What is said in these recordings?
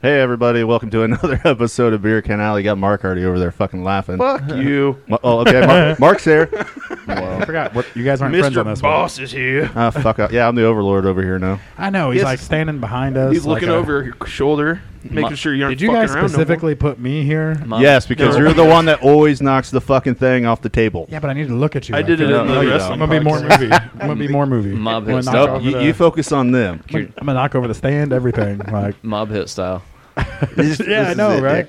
Hey everybody, welcome to another episode of Beer Can Alley. Got Mark already over there fucking laughing. Fuck you. Well, Oh, okay. Mark, Mark's here. I forgot. We're, you guys aren't friends on Mr. this Boss is here. Ah, fuck up. Yeah, I'm the overlord over here now. one. I know. He's Yes. like standing behind us. He's like looking a- over your shoulder, making sure you aren't Did you fucking guys around no more. specifically put me here? Yes, because No. you're the one that always knocks the fucking thing off the table. yeah, but I need to look at you. I did it after. in the No, you don't. wrestling I'm gonna be more podcast. movie. I'm gonna be more movie. Mob I'm gonna hits. knock Nope, over Nope, you, the- you focus on them. I'm gonna- I'm gonna knock over the stand. Everything. Like. Mob hit style. Yeah, I know, right?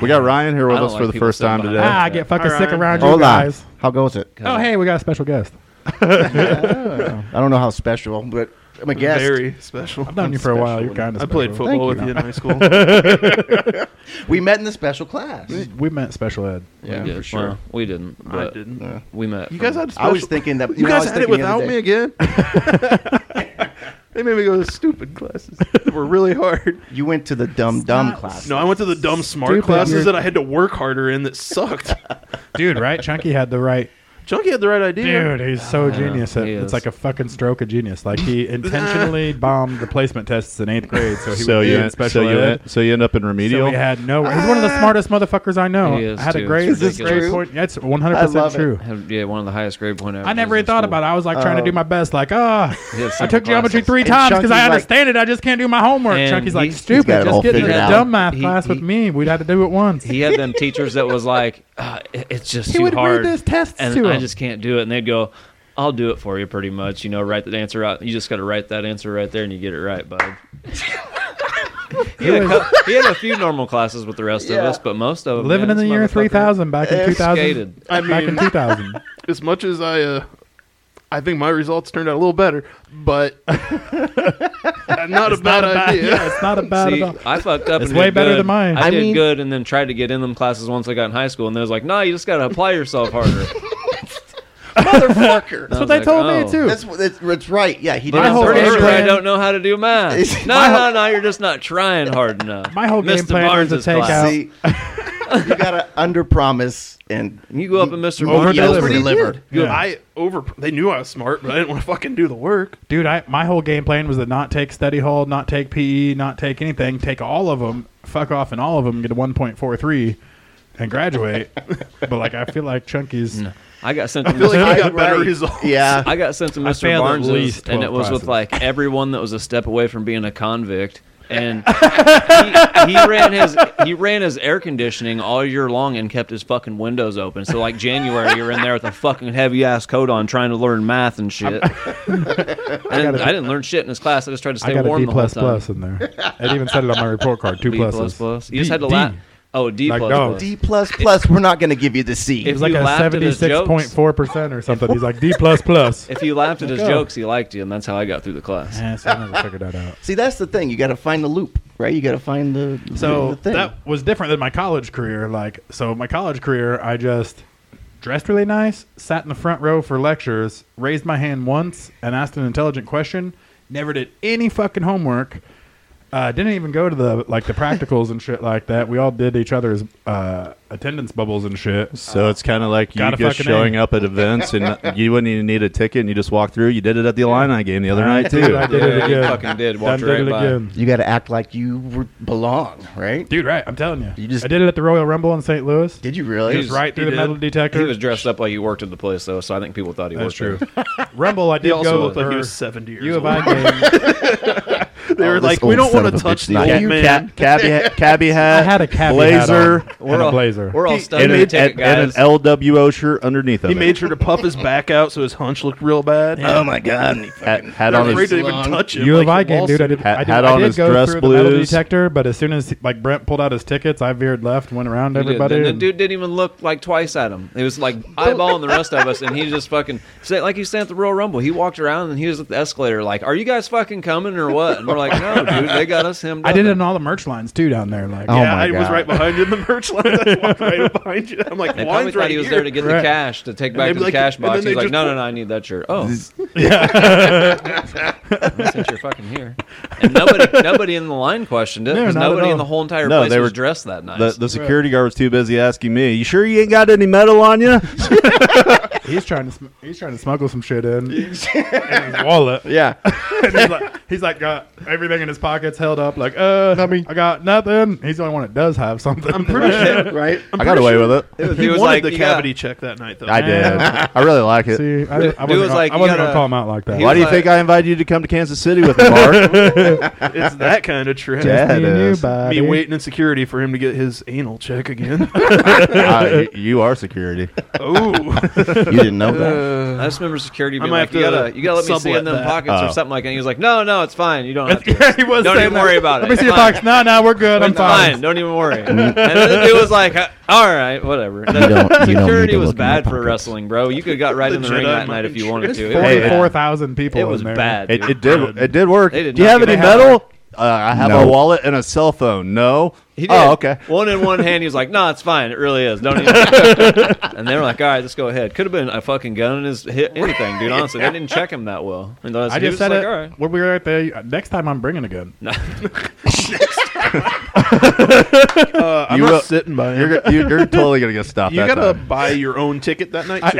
We got Ryan here with I don't us for like the people first time standing today. behind Ah, I get fucking All sick right. around you Hola. guys. How goes it? Oh, hey, we got a special guest. I don't know how special, but I'm a guest. Very special. I've known you for a while. special. You're kind of. I played football with you in high school. We met in the special class. We meant special ed. Yeah, we did. for sure. Well, we didn't. I But didn't. We met. You from- guys had special. I was thinking that You know, I guys was had it thinking the without other me day, again. they made me go to stupid classes. that were really hard. You went to the dumb dumb class. No, I went to the dumb smart Stupid, classes you're- that I had to work harder in that sucked. Dude, right? Chunky had the right. Chunky had the right idea. Dude, he's so Yeah, genius. at- he it's is. like a fucking stroke of genius. Like he intentionally bombed the placement tests in eighth grade, so he So would you, be in en- special so, you ed. en- so you end up in So remedial. he had no. He's one of the smartest motherfuckers I know. He is, had a too. grade. Is this grade true? Point, that's one hundred I percent love it. true. Had, yeah, one of the highest grade point I never even thought about it. I was like trying to do my best. Like, ah, He has I simple took geometry classes. three And times because Chunky's I like- understand it. I just can't do my homework. And Chunky's like, he's- he's stupid. got it Just all get in figured a out. dumb math He- class with he- me. We'd have to do it once. He had them teachers that was like, uh, it- it's just He too would read hard. those tests and to I him. just can't do it. And they'd go, I'll do it for you, pretty much. You know, write the answer out. You just got to write that answer right there, and you get it right, bud. he, had a cou- he had a few normal classes with the rest of us, but most of them Living man, in the this year motherfucker- three thousand back in two thousand. Skated. I Back in mean- two thousand. As much as I, uh, I think my results turned out a little better, but not a bad idea. Yeah, it's not a bad See, at all. I fucked up. It's and way did better good. than mine. I, I did mean- good, and then tried to get in them classes once I got in high school, and they was like, "No, you just gotta apply yourself harder." Motherfucker. That's what they told me too. that's, what- that's that's right. Yeah, he But did. My whole I'm "Oh." pretty game sure I plan- don't know how to do math. No, My no, no, you're just not trying hard enough. My whole game Mr. plan was to Barnes's take class. out- See, you gotta under promise and You go up and Mr. Over Barnes. deliver. over deliver. delivered. Good. Yeah. I over. They knew I was smart, but I didn't want to fucking do the work. Dude, I my whole game plan was to not take study hall, not take PE, not take anything, take all of them, fuck off in all of them, get a 1.43 and graduate. but like I feel like Chunky's I got sent to feel like Mr. you got better Right. results. Yeah, I got sent to Mr. failed at Barnes, least and it 12 was with classes. like everyone that was a step away from being a convict. And he, he ran his he ran his air conditioning all year long and kept his fucking windows open. So like January, you're in there with a fucking heavy ass coat on, trying to learn math and shit. I, didn't, I didn't learn shit in his class. I just tried to I stay got a warm D the whole plus time. plus in there. It even said it on my report card. Two D pluses. plus plus. You just D- had to D. laugh. Oh, D Like plus dog. plus. D plus plus. We're not gonna give you the C. It If was like you a laughed at his jokes- 76.4% or something. He's like D plus plus. If you laughed at his Go. jokes, he liked you, and that's how I got through the class. Yeah, so I never figured that out. See, that's the thing. You gotta find the loop, right? You gotta find the So the thing. that was different than my college career. Like, so my college career, I just dressed really nice, sat in the front row for lectures, raised my hand once, and asked an intelligent question. Never did any fucking homework. Uh, didn't even go to the like the practicals and shit like that. We all did each other's uh, attendance bubbles and shit. So it's kind of like you Got a just fucking A. showing up at events and you wouldn't even need a ticket and you just walk through. You did it at the Illini game the other night did, too. I did yeah, it you again. fucking did. Done Walked did right it by. again. you gotta act like you were- belong, right? dude. Right, I'm telling you. You just- I did it at the Royal Rumble in St. Louis. Did you really? Just right through he the did. metal detector. He was dressed up like he worked at the place, though, so I think people thought he That's worked true. there. Rumble, I did He also go. looked like he for was seventy years U of old. I game. They Oh, were this like, old we don't son want to of a touch bitch, the not old you, man. Cabby, ha- cabby hat. I had a cabby blazer. hat on and a blazer. We're all He- studying and, the an, ticket, and- and an guys. LWO shirt underneath of He it. made sure to puff his back out so his hunch looked real bad. Um, Oh my god! and he hat, fucking- hat They're on afraid his. to even Long. touch him. U of like I he game, lost dude. it. I did. Had- I did, had I on did his go dress through the metal blues. detector, but as soon as like Brent pulled out his tickets, I veered left, went around He did. everybody. And the and- dude didn't even look like twice at him. He was like eyeballing the rest of us, and he just fucking say like he stand at the Royal Rumble. He walked around and he was at the escalator, like, "Are you guys fucking coming or what?" And we're like, "No, dude, they got us him." I did it in all the merch lines too down there. Like, Oh Yeah, my I was God. right behind you in the merch line. I walked right up behind you. I'm like, They probably wine's thought right he was here. there to get Right. the cash to take back they'd to be the like- cash and then box. they He's like, just "No, no, pull- no, I need that shirt." Oh, since you're fucking here, and nobody, nobody in the line questioned it No, because not at nobody all. in the whole entire No, place they was were- dressed that nice. The, the security guard was too busy asking me, "You sure you ain't got any metal on you?" he's trying to sm- he's trying to smuggle some shit in, in his wallet. Yeah. And he's like, he's like, uh, everything in his pockets held up, like, uh, I, I mean- got nothing. He's the only one that does have something. I'm pretty sure. right? I got away with it. He, was wanted like, the "You cavity got- check that night, though. I did. I really like it. See, I, I Dude- wasn't, dude gonna, was like, I you wasn't gotta- gonna call him out like that. Why do you think I invited you to come to Kansas City with me, Mark? It's that kind of trip. Yeah. Just me and you, is. Me Me buddy. waiting in security for him to get his anal check again. Uh, y- you are security. oh, You didn't know Uh, that. I just remember security I being might like, have you to gotta, you gotta let me see in sublet them that. pockets or Oh. something like that. And he was like, no, no, it's fine. You don't have to. yeah, he was. Don't saying even that. worry about it. Let me see your It's fine. box. No, no, we're good. I'm It's fine. fine. Don't even worry. and then the dude was like, "Uh, all right, whatever. And You don't- you don't need to security was look in my bad for pockets. wrestling, bro. You could have got right The in the ring Jedi that night mind if you trick. wanted to. It was Hey, bad. Forty-four thousand people. It was in there. bad. It, dude. it did. It did work. They did Do you not have give any a hell. metal? Uh, I have No. a wallet and a cell phone. No. He did. Oh, okay. One in one hand, he was like, "No, it's fine. It really is. Don't even." and they were like, "All right, let's go ahead." Could have been a fucking gun in his hit anything, dude. Honestly, they didn't check him that well. And those- I he just was said like, it. All right. When we were at the next time, I'm bringing a gun. uh, I'm You not will- sitting by him. You're, go- you're, you're totally gonna get stopped. You that gotta time. buy your own ticket that night. I-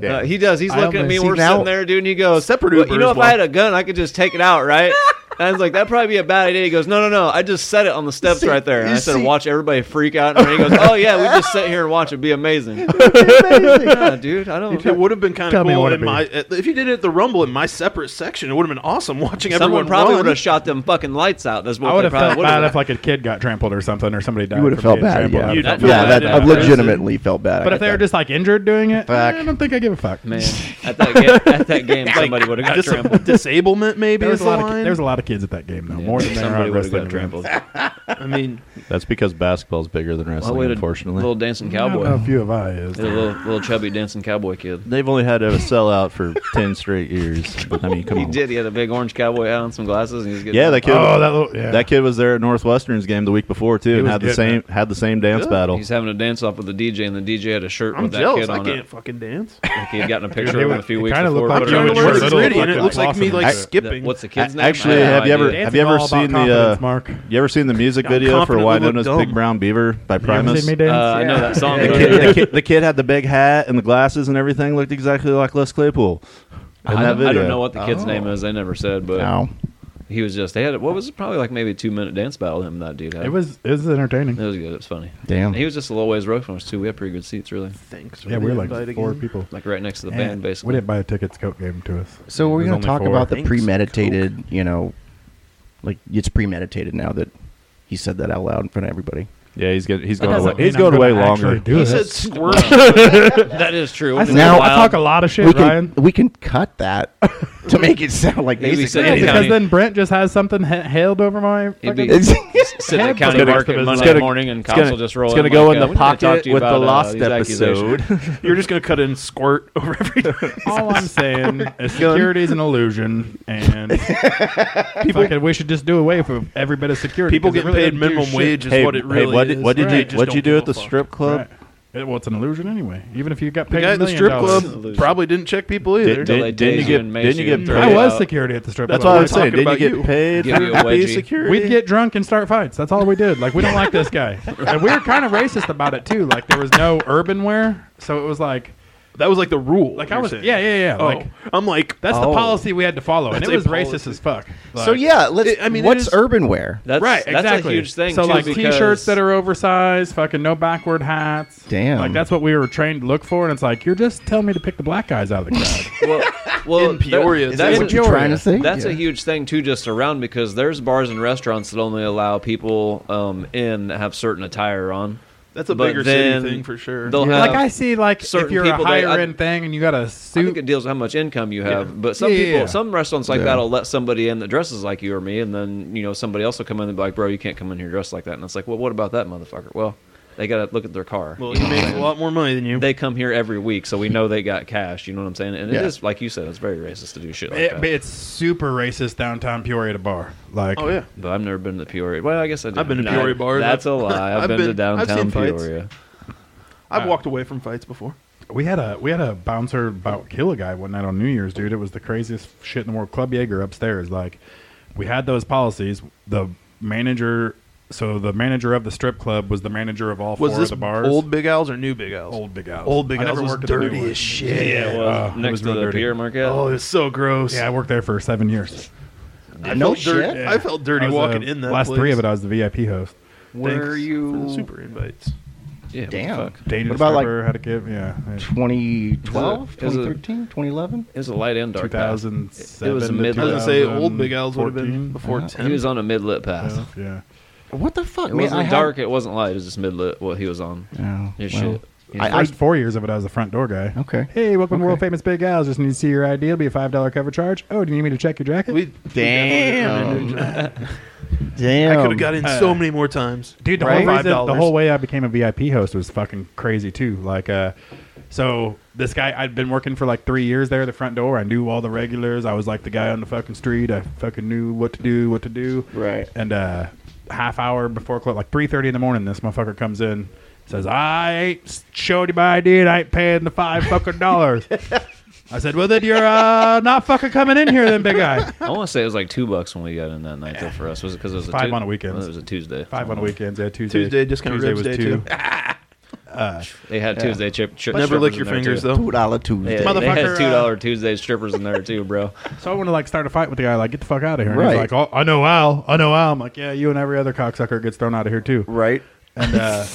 Yeah. Uh, he does. He's I looking at only me. see We're now- sitting there, dude. And he goes, Separate "Well, Uber You know, as if well." I had a gun, I could just take it out, right? And I was like, that'd probably be a bad idea. He goes, no, no, no. I just set it on the steps right there. And I said, watch everybody freak out. And he goes, oh, yeah, we just sit here and watch it be amazing. yeah, dude, I don't it would have been kind Tell of me cool what in it my at- if you did it at the Rumble in my separate section. It would have been awesome watching Someone everyone probably run. would have shot them fucking lights out. That's what I would they have probably felt would bad have. if like a kid got trampled or something, or somebody died. You would have from felt getting bad. trampled. I'd Yeah, have That- felt yeah bad. that, Yeah. I legitimately felt bad. But if they were just like injured doing it, Fuck. I don't think I give a fuck. Man, at that, ga- at that game, somebody would have got Dis- trampled. disablement, maybe. There was, Is the a lot of, ki- line. there was a lot of kids at that game, though. More than there are somebody at would have wrestling events. got trampled. I mean, That's because basketball's bigger than Well, wrestling. wait, a unfortunately, little dancing I don't know cowboy, if you of I is. Oh, a little little chubby dancing cowboy kid. they've only had a sellout for ten straight years. I mean, come He on. did. He had a big orange cowboy hat on, some glasses, and he was getting Yeah, that kid. Oh, that little, yeah. That kid was there at Northwestern's game the week before too, and was had the good, same had the same dance battle. He's having a dance off with the DJ, and the DJ had a shirt I'm with that jealous. kid I on can't it. fucking dance. Like he had gotten a Dude, picture they of would- him a few it weeks kinda before. looked like but you I I'm were in don't know trying what's to shorts. the- It look looked gritty, and like it looks like awesome. me like I- skipping. What's the A- kid's name? I Actually, no have you ever idea. have you ever Dancing's all seen about the uh, confidence, Mark. you ever seen the music I'm video for confidently Why look Known as dumb. Big Brown Beaver by You ever Primus? seen me The dance? Uh, I know that song. kid, though. the, kid, the kid had the big hat and the glasses and everything looked exactly like Les Claypool. In I that don't, video. I don't know what the kid's name is. They never said, but no. he was just. They had what was it, probably like maybe a two minute dance battle. Him and that dude had. It was it was entertaining. It was good. It was funny. Damn. He was just a little ways away from us too. We had pretty good seats, really, Thanks. yeah, we were like four people. like right next to the And band, basically. We didn't buy a ticket to Coke game to us. So we're It was going only to talk four. about the Thanks, premeditated, you know, like it's premeditated now that he said that out loud in front of everybody. Yeah, he's going he's going doesn't away. mean He's I'm going away gonna actually longer. do He it. said squirt. that is true. I, Wouldn't it Now- be I wild? talk a lot of shit, we Ryan. can we can cut that to make it sound like Maybe basically say Yeah, County. because then Brent just has something ha- hailed over my. He'd fucking- be- It's- Sit in the Head county was next to market Monday business. It's gonna- morning, and It's cops gonna- will just roll. it's gonna in go like, in the uh, "We need to talk pocket to you with the about, uh, lost these accusations." episode. You're just gonna cut in squirt over everything. All I'm saying is security is an illusion, and people can, we should just do away with every bit of security. People 'cause it get really paid doesn't do minimum shit. wage is Hey, what it hey, really what is. did, what did Right. you Just what you don't do give at a the fuck. strip club? Right. It- well, it's an illusion anyway. Even if you got The paid guy a at the million strip dollars. club probably didn't check people either. Did, did, they didn't you tase you get and mace didn't you you and get throw paid? I you was out. security at the strip That's That's what I club. was saying. talking Didn't you get about paid Give you a for being wedgie. security? We'd get drunk and start fights. That's all we did. Like we don't like this guy, and we were kind of racist about it too. Like there was no urban wear, so it was like, That was like the rule. like I you're was, saying. yeah, yeah, yeah. Oh, Like I'm like that's the Oh. policy we had to follow, and That's it was a racist policy. as fuck. Like, so yeah, let's. It- I I mean, mean, it what's is- urban wear? That's, right, That's exactly. a huge thing. So too, like because t-shirts that are oversized, fucking no backward hats. Damn. like that's what we were trained to look for, and it's like you're just telling me to pick the black guys out of the crowd. well, well, In Peoria, that- is that's that Is that what you're trying to say? That's Yeah. a huge thing too, just around because there's bars and restaurants that only allow people um, in that have certain attire on. That's a But bigger then city thing for sure. They'll have like I see, like if certain you're a people, they- higher I- end thing and you got a I think suit, it deals with how much income you have, but some Yeah, yeah, people, yeah. some restaurants like Yeah. that'll let somebody in that dresses like you or me, and then you know somebody else will come in and be like, "Bro, you can't come in here dressed like that." And it's like, "Well, what about that motherfucker?" Well, they got to look at their car. Well, he makes a lot more money than you. they come here every week, so we know they got cash. You know what I'm saying? And Yeah. it is like you said, it's very racist to do shit like it, that. but it's super racist downtown Peoria at a bar. Like oh yeah. But I've never been to Peoria. Well, I guess I did. I've been to No, Peoria bars. That's a I've- lie. I've, I've been, to been- I've downtown seen fights. Peoria. I've walked away from fights before. We had a we had a bouncer about kill a guy one night on New Year's, dude. It was the craziest shit in the world. Club Jaeger upstairs, like we had those policies. The manager, so the manager of the strip club was the manager of all Was four this of the bars. old Big Al's or new Big Al's? old big house, Old Big I Al's never was worked at the new dirty one. as shit. Yeah, Oh, it was Next to real the dirty. Pier Market. Oh, it's so gross. Yeah, I worked there for seven years. I No felt dirt- shit. I felt dirty I was, uh, walking in that last three place. of it. I was the VIP host. Thanks Were you- for the super invites? Yeah, what the Damn. fuck? Dangerous about, like, Stripper, how to give yeah, yeah. 2012, Is it- is it- 2013, 2011. It was a light and dark. path. 2007. It was a to mid- I was gonna say old 2014. Big Al's would have been before Uh-huh. ten. He was on a mid lit path. Yeah, What the fuck? It man, wasn't I had- dark. It wasn't light. It was just mid lit. What he was on. Oh, His well, shit. His I- I, First four years of it, I was the front door guy. Okay. Hey, welcome to Okay. world famous Big Al's. Just need to see your ID. It'll be a five dollar cover charge. Oh, do you need me to check your jacket? We- we definitely did. I Damn. could have got in so many more times. Dude, the Right? whole Five reason, the dollars. whole way I became a VIP host was fucking crazy too. Like, uh, so this guy, I'd been working for like three years there at the front door. I knew all the regulars. I was like the guy on the fucking street. I fucking knew what to do, what to do. Right. And uh, half hour before close, like three thirty in the morning, this motherfucker comes in, says, "I ain't showed you my ID. and I ain't paying the five fucking dollars." I said, "Well, then you're uh, not fucking coming in here, then, big guy." I want to say it was like two bucks when we got in that night though for us. Was it because it was a Five Tu- on a weekend. Well, it was a Tuesday. Five on weekends. Yeah, Tuesday. Tuesday, discount Tuesday ribs day, was two. too. They had Tuesday chip. chip Never strippers lick in your there, fingers too. though. two dollar They Tuesday. had, they had Motherfucker, uh, two dollar Tuesday strippers in there too, bro. So I want to like start a fight with the guy, like get the fuck out of here. And he's Right. like, oh, I know Al, I know Al. I'm like, yeah, you and every other cocksucker gets thrown out of here too. Right. And uh,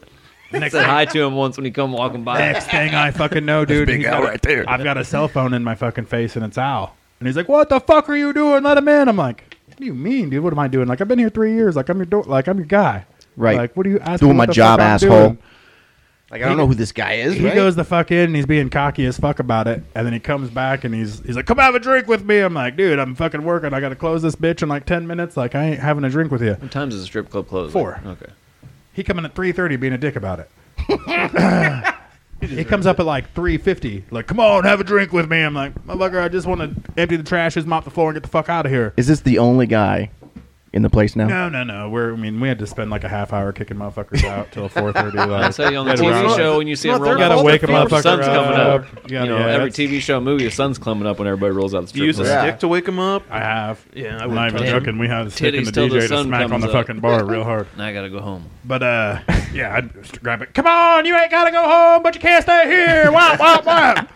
next, Said hi to him once when he come walking by. next thing I fucking know, dude, Big he's Al got a- right there. I've got a cell phone in my fucking face, and it's Al. And he's like, what the fuck are you doing? Let him in. I'm like, what do you mean, dude? What am I doing? Like I've been here three years. Like I'm your door. Like I'm your guy. Right. Like what are you asking? Doing what the my fuck job, I'm asshole. doing? Like I don't know who this guy is. He right? goes the fuck in and he's being cocky as fuck about it. And then he comes back and he's he's like, Come have a drink with me. I'm like, dude, I'm fucking working. I gotta close this bitch in like ten minutes. Like I ain't having a drink with you. What times is the strip club closed? Four. Okay. He coming at three thirty being a dick about it. he comes up at like three fifty, like, come on, have a drink with me. I'm like, motherfucker, I just wanna empty the trashes, mop the floor, and get the fuck out of here. Is this the only guy in the place now? No, no, no. We're I mean, we had to spend like a half hour kicking motherfuckers out till four thirty. I'd Like, say on the Yeah, TV we're- show when you see it's him not roll their out gotta fault wake a if they were motherfucker sun's coming up. up. You Yeah, know, yeah, every that's- TV show movie, the sun's coming up when everybody rolls out the You strip use a club. Yeah. stick to wake him up. I have. Yeah, I I'm would not even touch it. joking. We had to stick in Titties the till the DJ to sun smack on comes the up. fucking bar real hard. Now I gotta go home. But uh, yeah, I'd just grab it. Come on, you ain't gotta go home, but you can't stay here. Wop wop wop.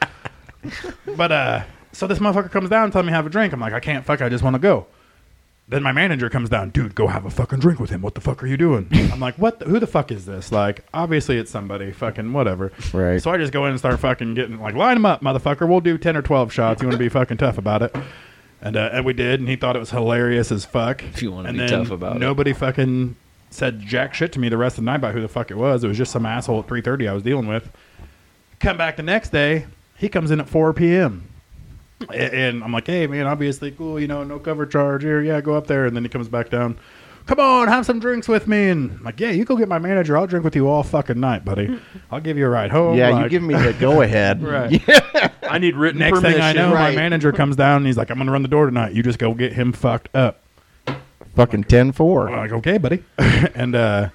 but uh, so this motherfucker comes down, and tells me to have a drink. I'm like, I can't fuck. I just want to go. Then my manager comes down, dude, go have a fucking drink with him. What the fuck are you doing? I'm like, what? The, who the fuck is this? Like, obviously it's somebody, fucking whatever. Right. So I just go in and start fucking getting like, line him up, motherfucker. We'll do ten or twelve shots. You want to be fucking tough about it? And uh, and we did, and he thought it was hilarious as fuck. If you wanna And be then tough about it. nobody fucking said jack shit to me the rest of the night about who the fuck it was. It was just some asshole at three thirty I was dealing with. Come back the next day, he comes in at four p.m. A- and I'm like, hey man, obviously cool, you know, no cover charge here. Yeah, go up there, and then he comes back down. Come on, have some drinks with me, and I'm like, yeah, you go get my manager. I'll drink with you all fucking night, buddy. I'll give you a ride home. yeah, you Like, give me the go ahead. Right. I need written Next permission. thing I know, my Right. manager comes down and he's like, I'm gonna run the door tonight. You just go get him fucked up. Fucking 10 4. I'm like, okay, buddy. and uh,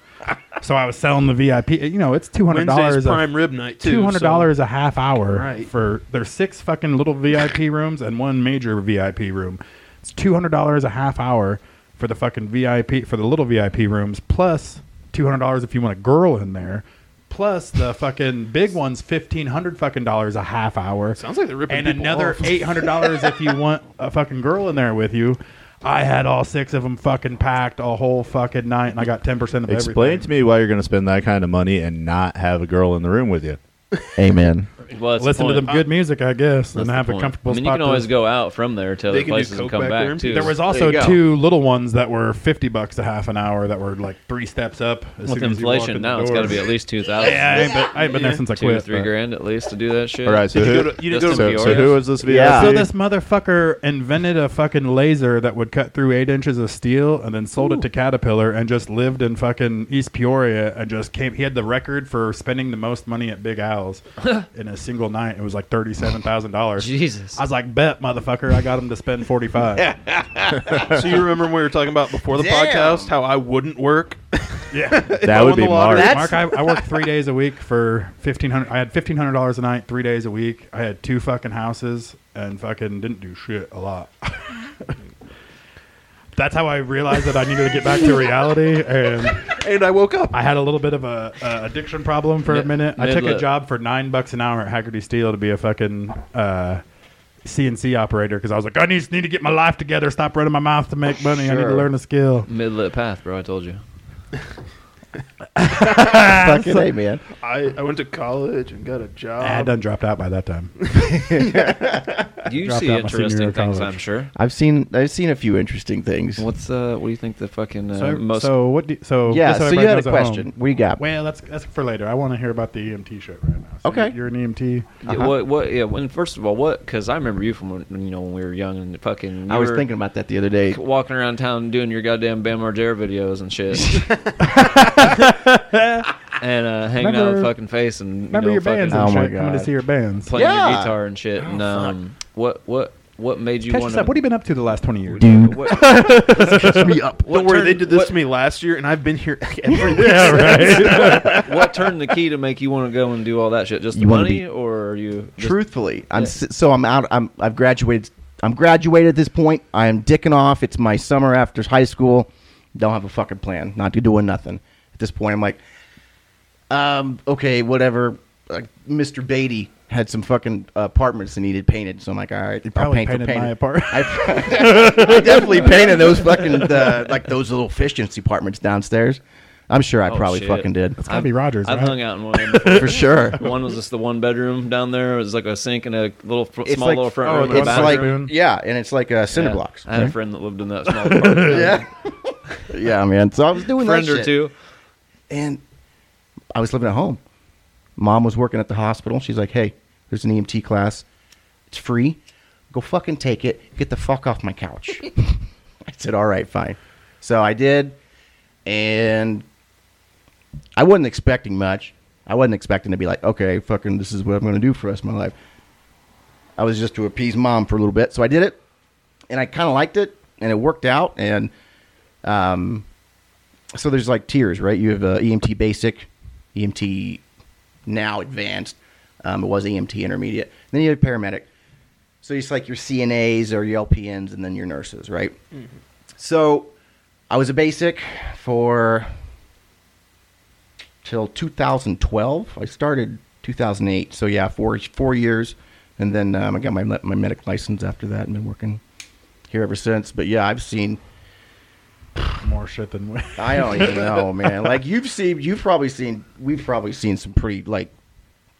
so I was selling the VIP. You know, it's two hundred Wednesday's dollars. prime rib night too. Two hundred dollars a half hour Right. for there's six fucking little VIP rooms and one major VIP room. It's two hundred dollars a half hour for the fucking VIP for the little VIP rooms plus two hundred dollars if you want a girl in there. Plus the fucking big one's fifteen hundred fucking dollars a half hour. Sounds like they're ripping and people another off. eight hundred dollars if you want a fucking girl in there with you. I had all six of them fucking packed a whole fucking night, and I got ten percent of Explain everything. to me why you're going to spend that kind of money and not have a girl in the room with you. Amen. Well, that's the Listen to point. them good music, I guess, That's and the have a point. comfortable I mean, spot. you can to- always go out from there to They other can do places and coke come back back, there. too. There was There also you go. two little ones that were fifty bucks a half an hour that were like three steps up. As with soon as you walk inflation in the now, it's door. got to be at least two thousand. Yeah, I ain't been, I ain't been there since I two or quit. three but- grand at least to do that shit. All right, so You who, didn't go to- you didn't go so, to so Peoria? who is this VIP? Yeah. So this motherfucker invented a fucking laser that would cut through eight inches of steel, and then sold it to Caterpillar, and just lived in fucking East Peoria, and just came. He had the record for spending the most money at Big Al's in a single night. It was like thirty-seven thousand dollars. Jesus. I was like, bet, motherfucker, I got him to spend forty-five. so you remember when we were talking about before the Damn. podcast how I wouldn't work? yeah. I that would won be the lottery- Mark. That's- Mark, I, I worked three days a week for fifteen hundred. I had fifteen hundred dollars a night, three days a week. I had two fucking houses and fucking didn't do shit a lot. That's how I realized that I needed to get back to reality, and and I woke up. I had a little bit of a, a addiction problem for a Mid- minute. I took a mid-lip. job for nine bucks an hour at Haggerty Steel to be a fucking uh, CNC operator because I was like, I need, need to get my life together. Stop running my mouth to make money. I need to Sure. learn a skill. Mid-lit path, bro. I told you. Fucking hey, man. I, I went to college and got a job. I had done dropped out by that time. You Dropped see out my senior year interesting of things, college. I'm sure. I've seen I've seen a few interesting things. What's uh? What do you think the fucking uh, so, most? so what? Do, so yeah, just so you everybody had a knows at home. question. What do you got? Well, that's that's for later. I want to hear about the EMT shit right now. So Okay. you- you're an E EMT. Yeah, What? What? Yeah. When first of all, what? Because I remember you from when you know when we were young and fucking. I you was were thinking about that the other day. walking around town doing your goddamn Bam Margera videos and shit. and uh, hanging out with Remember- fucking face and Remember you know, your fucking bands and Oh my shit. Coming to God. see your bands. playing your Yeah. Oh, guitar and shit. and um, what what what made you Catch want us to? up. What have you been up to the last twenty years? Dude. What, Catch me up. What Don't worry, they turned- did this what- to me last year, and I've been here every week. Yeah, right. what turned the key to make you want to go and do all that shit? Just the You wanna money, be- or are you just- Truthfully, I'm Yeah. s so I'm out. I'm I've graduated. I'm graduated at this point. I am dicking off. It's my summer after high school. Don't have a fucking plan. Not doing nothing at this point. I'm like, um, okay, whatever. Like, Mr. Beatty had some fucking apartments that needed painted, so I'm like, all right, I'll probably paint painted for painted. my apartment. I, I definitely painted those fucking uh, like those little efficiency apartments downstairs. I'm sure I Oh, probably shit. fucking did It's gotta be Rogers. I've right? hung out in one. of them before. for sure. One was just the one bedroom down there. It was like a sink and a little fr- small little front oh, room. and a It's bathroom. like bathroom. yeah, and it's like uh, cinder Yeah. blocks. I had a friend that lived in that small apartment. yeah, yeah, man. So I was doing friend that or shit, two. and I was living at home. Mom was working at the hospital. She's like, "Hey, there's an EMT class. It's free. Go fucking take it. Get the fuck off my couch." I said, "All right, fine." So I did, and I wasn't expecting much. I wasn't expecting to be like, "Okay, fucking, this is what I'm going to do for the rest of my life." I was just to appease mom for a little bit, so I did it, and I kind of liked it, and it worked out, and um, so there's like tiers, right? You have uh, EMT basic, EMT now advanced. Um, it was EMT intermediate. Then you have paramedic. So it's like your CNAs or your LPNs, and then your nurses, right? So I was a basic for till 2012. I started 2008. So yeah, four four years, and then um, I got my my medic license after that, and been working here ever since. But yeah, I've seen. more shit than we. I don't even know, man. Like you've seen, you've probably seen, we've probably seen some pretty like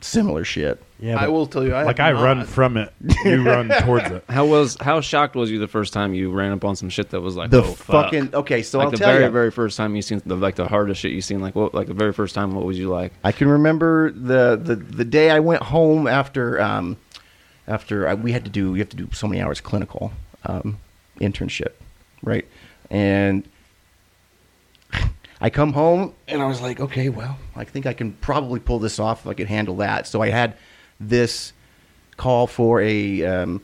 similar shit. Yeah, I but- will tell you, I like have I run not. from it. You run towards it. How was how shocked was you the first time you ran up on some shit that was like The oh, fuck. fucking- okay, so like I'll the tell very ya. very first time you seen the like the hardest shit you seen like what like the very first time what was you like I can remember the the, the day I went home after um, after I, we had to do we have to do so many hours clinical um, internship, right? And I come home and I was like, okay, well, I think I can probably pull this off if I could handle that. So I had this call for a um,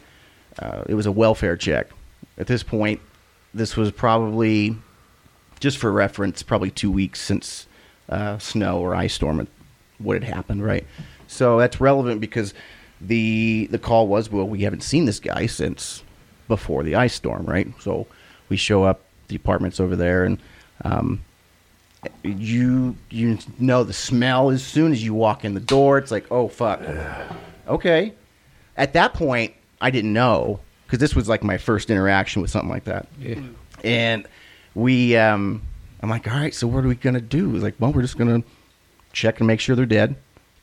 uh, it was a welfare check. At this point, this was probably just for reference, probably two weeks since uh, snow or ice storm, what had happened, right? So that's relevant because the the call was, well, we haven't seen this guy since before the ice storm, right? So we show up, the apartment's over there, and um, you you know the smell as soon as you walk in the door. It's like, oh fuck, okay. At that point, I didn't know because this was like my first interaction with something like that. And we, um, I'm like, all right, so what are we gonna do? He's like, well, we're just gonna check and make sure they're dead,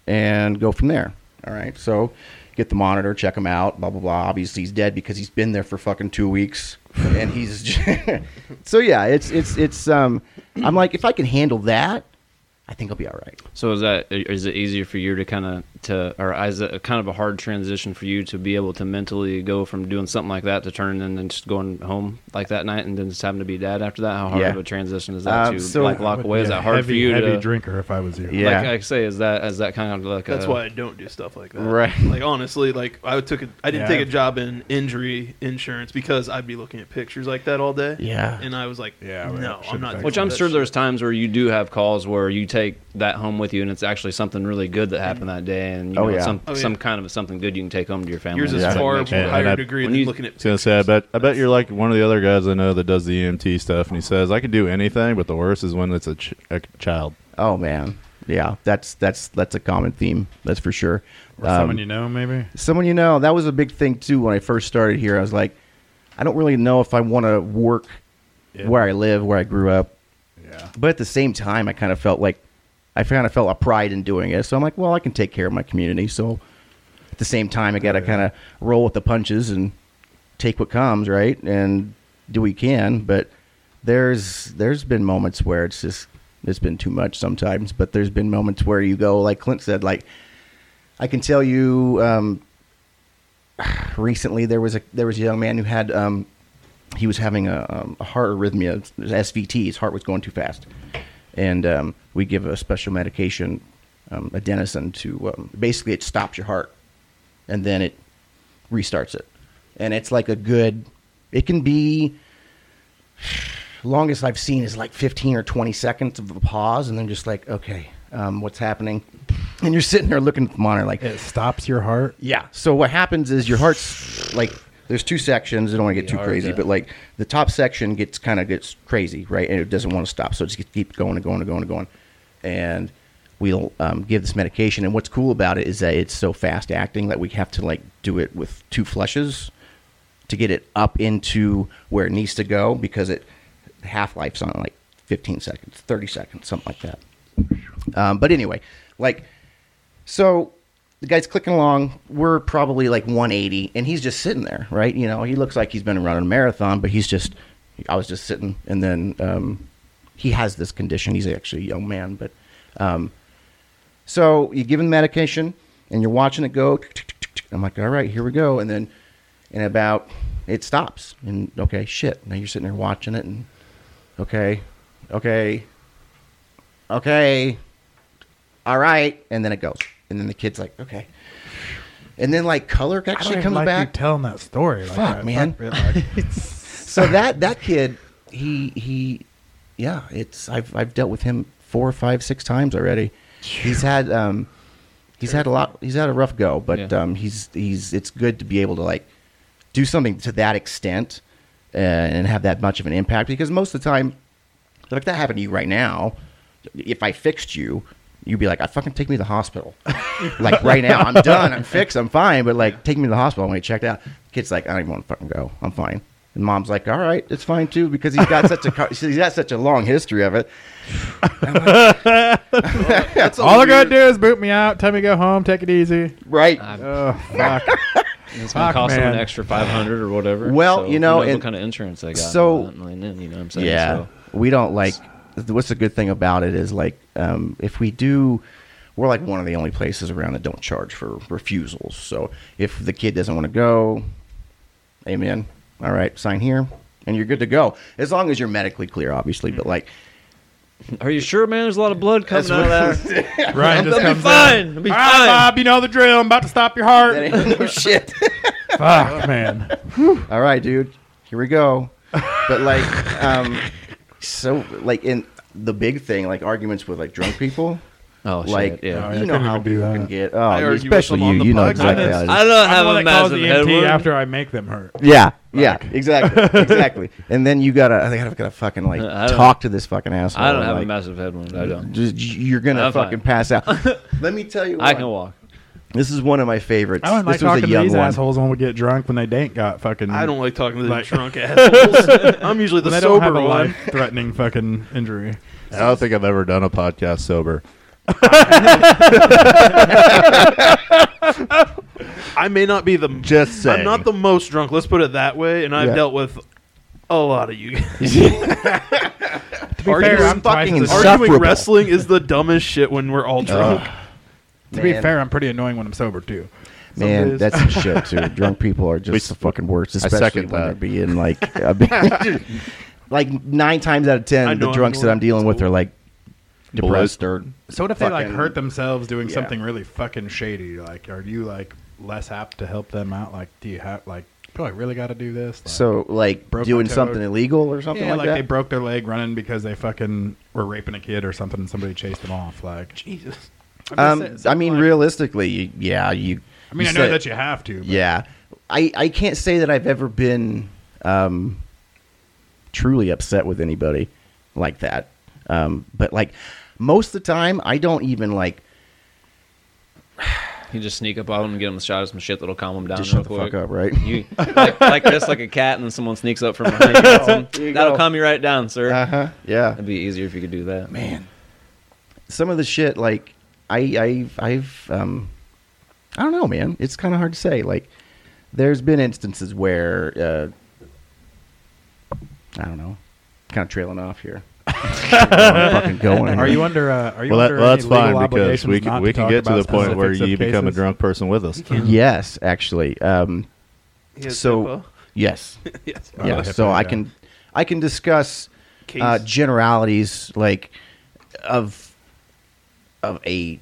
and go from there. All right, so get the monitor, check him out, blah blah blah. Obviously, he's dead because he's been there for fucking two weeks, and he's. so yeah, it's it's it's. Um, I'm like, if I can handle that, I think I'll be all right. So is that is it easier for you to kind of to or is it kind of a hard transition for you to be able to mentally go from doing something like that to turning and then just going home like that night and then just having to be dad after that? How hard Yeah. of a transition is that Um, to so like I lock Would away? be Is a that hard heavy, for you Heavy to drinker, if I was you. Yeah. like I say? Is that is that kind of like That's a, why I don't do stuff like that. Right. Like honestly, like I took a, I didn't Yeah. take a job in injury insurance because I'd be looking at pictures like that all day. Yeah. And I was like, Yeah, right. no, I'm Should've not. taken Which doing I'm that sure shit. there's times where you do have calls where you take that home with you, and it's actually something really good that happened that day, and you Oh, know, yeah. some Oh, yeah. some kind of something good you can take home to your family. yours is It's like far makes you- And- higher and I- degree when than you- looking at. was gonna say, I bet, I bet you're like one of the E other guys I know that does the EMT stuff, and he says I can do anything, but the worst is when it's a, ch- a child. Oh man, yeah, that's that's that's a common theme. That's for sure. Or Um, someone you know, maybe. someone you know that was a big thing too when i first started here i was like i don't really know if i want to work Yeah. where i live where i grew up Yeah. but at the same time i kind of felt like i kind of felt a pride in doing it so i'm like well i can take care of my community so at the same time i gotta kind of roll with the punches and take what comes right and do what you can but there's there's been moments where it's just it's been too much sometimes but there's been moments where you go like clint said like I can tell you um, recently there was a there was a young man who had um, he was having a, um, a heart arrhythmia, it was SVT. His heart was going too fast, and um, we give a special medication, um, adenosine, to um, basically it stops your heart, and then it restarts it, and it's like a good. It can be longest I've seen is like 15 or 20 seconds of a pause, and then just like, okay, um, what's happening? And you're sitting there looking at the monitor, like, It stops your heart. yeah. So what happens is your heart's like there's two sections. I don't want to get too crazy, but like the top section gets kind of gets crazy, right? And it doesn't want to stop, so it just keeps going and going and going and going. And we'll um, give this medication. And what's cool about it is that it's so fast acting that we have to like do it with two flushes to get it up into where it needs to go because it half life's on like 15 seconds, 30 seconds, something like that. Um, but anyway, like so the guy's clicking along. We're probably like 180, and he's just sitting there, right? You know, he looks like he's been running a marathon, but he's just, I was just sitting. And then um, he has this condition. He's actually a young man, but um, so you give him medication, and you're watching it go. I'm like, all right, here we go. And then, and about it stops. And okay, shit. Now you're sitting there watching it, and okay, okay, okay, all right, and then it goes, and then the kid's like, okay, and then like color actually comes like back. You telling that story. Like Fuck, that. man. Fuck, like- so that that kid, he he, yeah, it's I've I've dealt with him four or five six times already. He's had um, he's had a lot. He's had a rough go, but Yeah. um, he's he's it's good to be able to like do something to that extent uh, and have that much of an impact because most of the time, like that happened to you right now. If I fixed you, you'd be like, "I fucking take me to the hospital." like right now, I'm done. I'm fixed. I'm fine. But like, take me to the hospital. I'm gonna get checked out. Kid's like, "I don't even want to fucking go. I'm fine." And mom's like, "All right, it's fine too because he's got such a co- he's got such a long history of it." That's a All I gotta weird- do is boot me out, tell me to go home, take it easy. Right. Oh, fuck. It's gonna Fuck, cost them man. an extra five hundred or whatever. Well, So you who know, knows and- what kind of insurance they got. so- and all that, and then, you know what I'm saying. Yeah, So, we don't like. What's the good thing about it is like um, if we do, we're like one of the only places around that don't charge for refusals. So if the kid doesn't want to go, amen. All right, sign here, and you're good to go as long as you're medically clear, obviously. But like, Are you sure, man? There's a lot of blood coming out of that. Ryan just I'll comes be fine. I'll be All right, fine. Bob, you know the drill. I'm about to stop your heart. that ain't no shit. Fuck, man. all right, dude, here we go. But like, um, so like in the big thing, like arguments with like drunk people. oh shit, like yeah. Oh, yeah, you know couldn't how even do people that. can get. Oh, argue with especially them on you. the You know podcast. exactly how it is. I don't I'm have the one a that calls massive the EMT head after I make them hurt. Yeah, yeah, exactly, exactly. And then you gotta, I think I gotta fucking like I don't- talk to this fucking asshole. I don't have a like, massive head wound. I don't. just- you're gonna I'm fine. fucking pass out. Let me tell you, I what. can walk. This is one of my favorites. I don't like this was talking a to young these one. assholes when we get drunk when they ain't got fucking. I don't like talking to the Like- drunk assholes. I'm usually When the they don't sober have a one. life-threatening fucking injury. I don't think I've ever done a podcast sober. I may not be the Just saying. I'm not the most drunk. Let's put it that way. And I've Yeah. dealt with a lot of you guys. To be Are fair, you I'm twice fucking Arguing as- insane? Insufferable. wrestling is the dumbest shit when we're all drunk. To be Man. fair, I'm pretty annoying when I'm sober too. Some Man, days- that's some shit too. Drunk people are just the fucking worst, especially second when that. they're being like, a big- like nine times out of I ten, know the I'm drunks that going- I'm dealing with are like Bullet. depressed or So what if they like fucking- hurt themselves doing Yeah. something really fucking shady? Like, are you like less apt to help them out? Like, do you have like, do I really got to do this? Like, so like Broke my doing toe. something illegal or something yeah, like, like, that. they broke their leg running because they fucking were raping a kid or something, and somebody chased them off. Like, Jesus. I'm just saying, um, I something mean, like- realistically, you, yeah, you. I mean, you I know said- that you have to. But Yeah, I I can't say that I've ever been um, truly upset with anybody like that. Um, but like, Most of the time, I don't even like You just sneak up on him and get him a shot of some shit that'll calm him down. just real shut the quick. fuck up, right? You like, like this, like a cat, and then someone sneaks up from behind. You gets him. There you That'll go. calm you right down, sir. Uh huh. Yeah. It'd be easier if you could do that. man, some of the shit like I I I've um I don't know, man. It's kind of hard to say. Like there's been instances where uh I don't know. Kind of trailing off here. I'm fucking going. Are you under? Uh, are you Well, that, under well, that's any legal fine because obligations we can, not we to can talk get to about the point where specifics of you become a cases? drunk person with us. Yes, actually. Um so yes. yes. Oh, yeah, HIPAA, so I yeah. can I can discuss uh, Case. generalities like of of a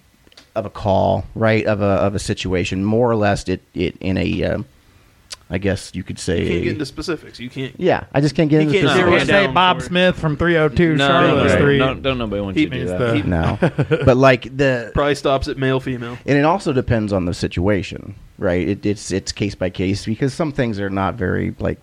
of a call, right? Of a of a situation, more or less. It it in a um, I guess you could say. You can't get into specifics. You can't. yeah, I just can't get You into can't specifics. zero They it say down Bob for- Smith from 302 No, Charlotte no, right. Street. don't, don't nobody want He you to do means that. the- No, but like the Probably stops at male, female. and it also depends on the situation, right? It, it's it's case by case because some things are not very like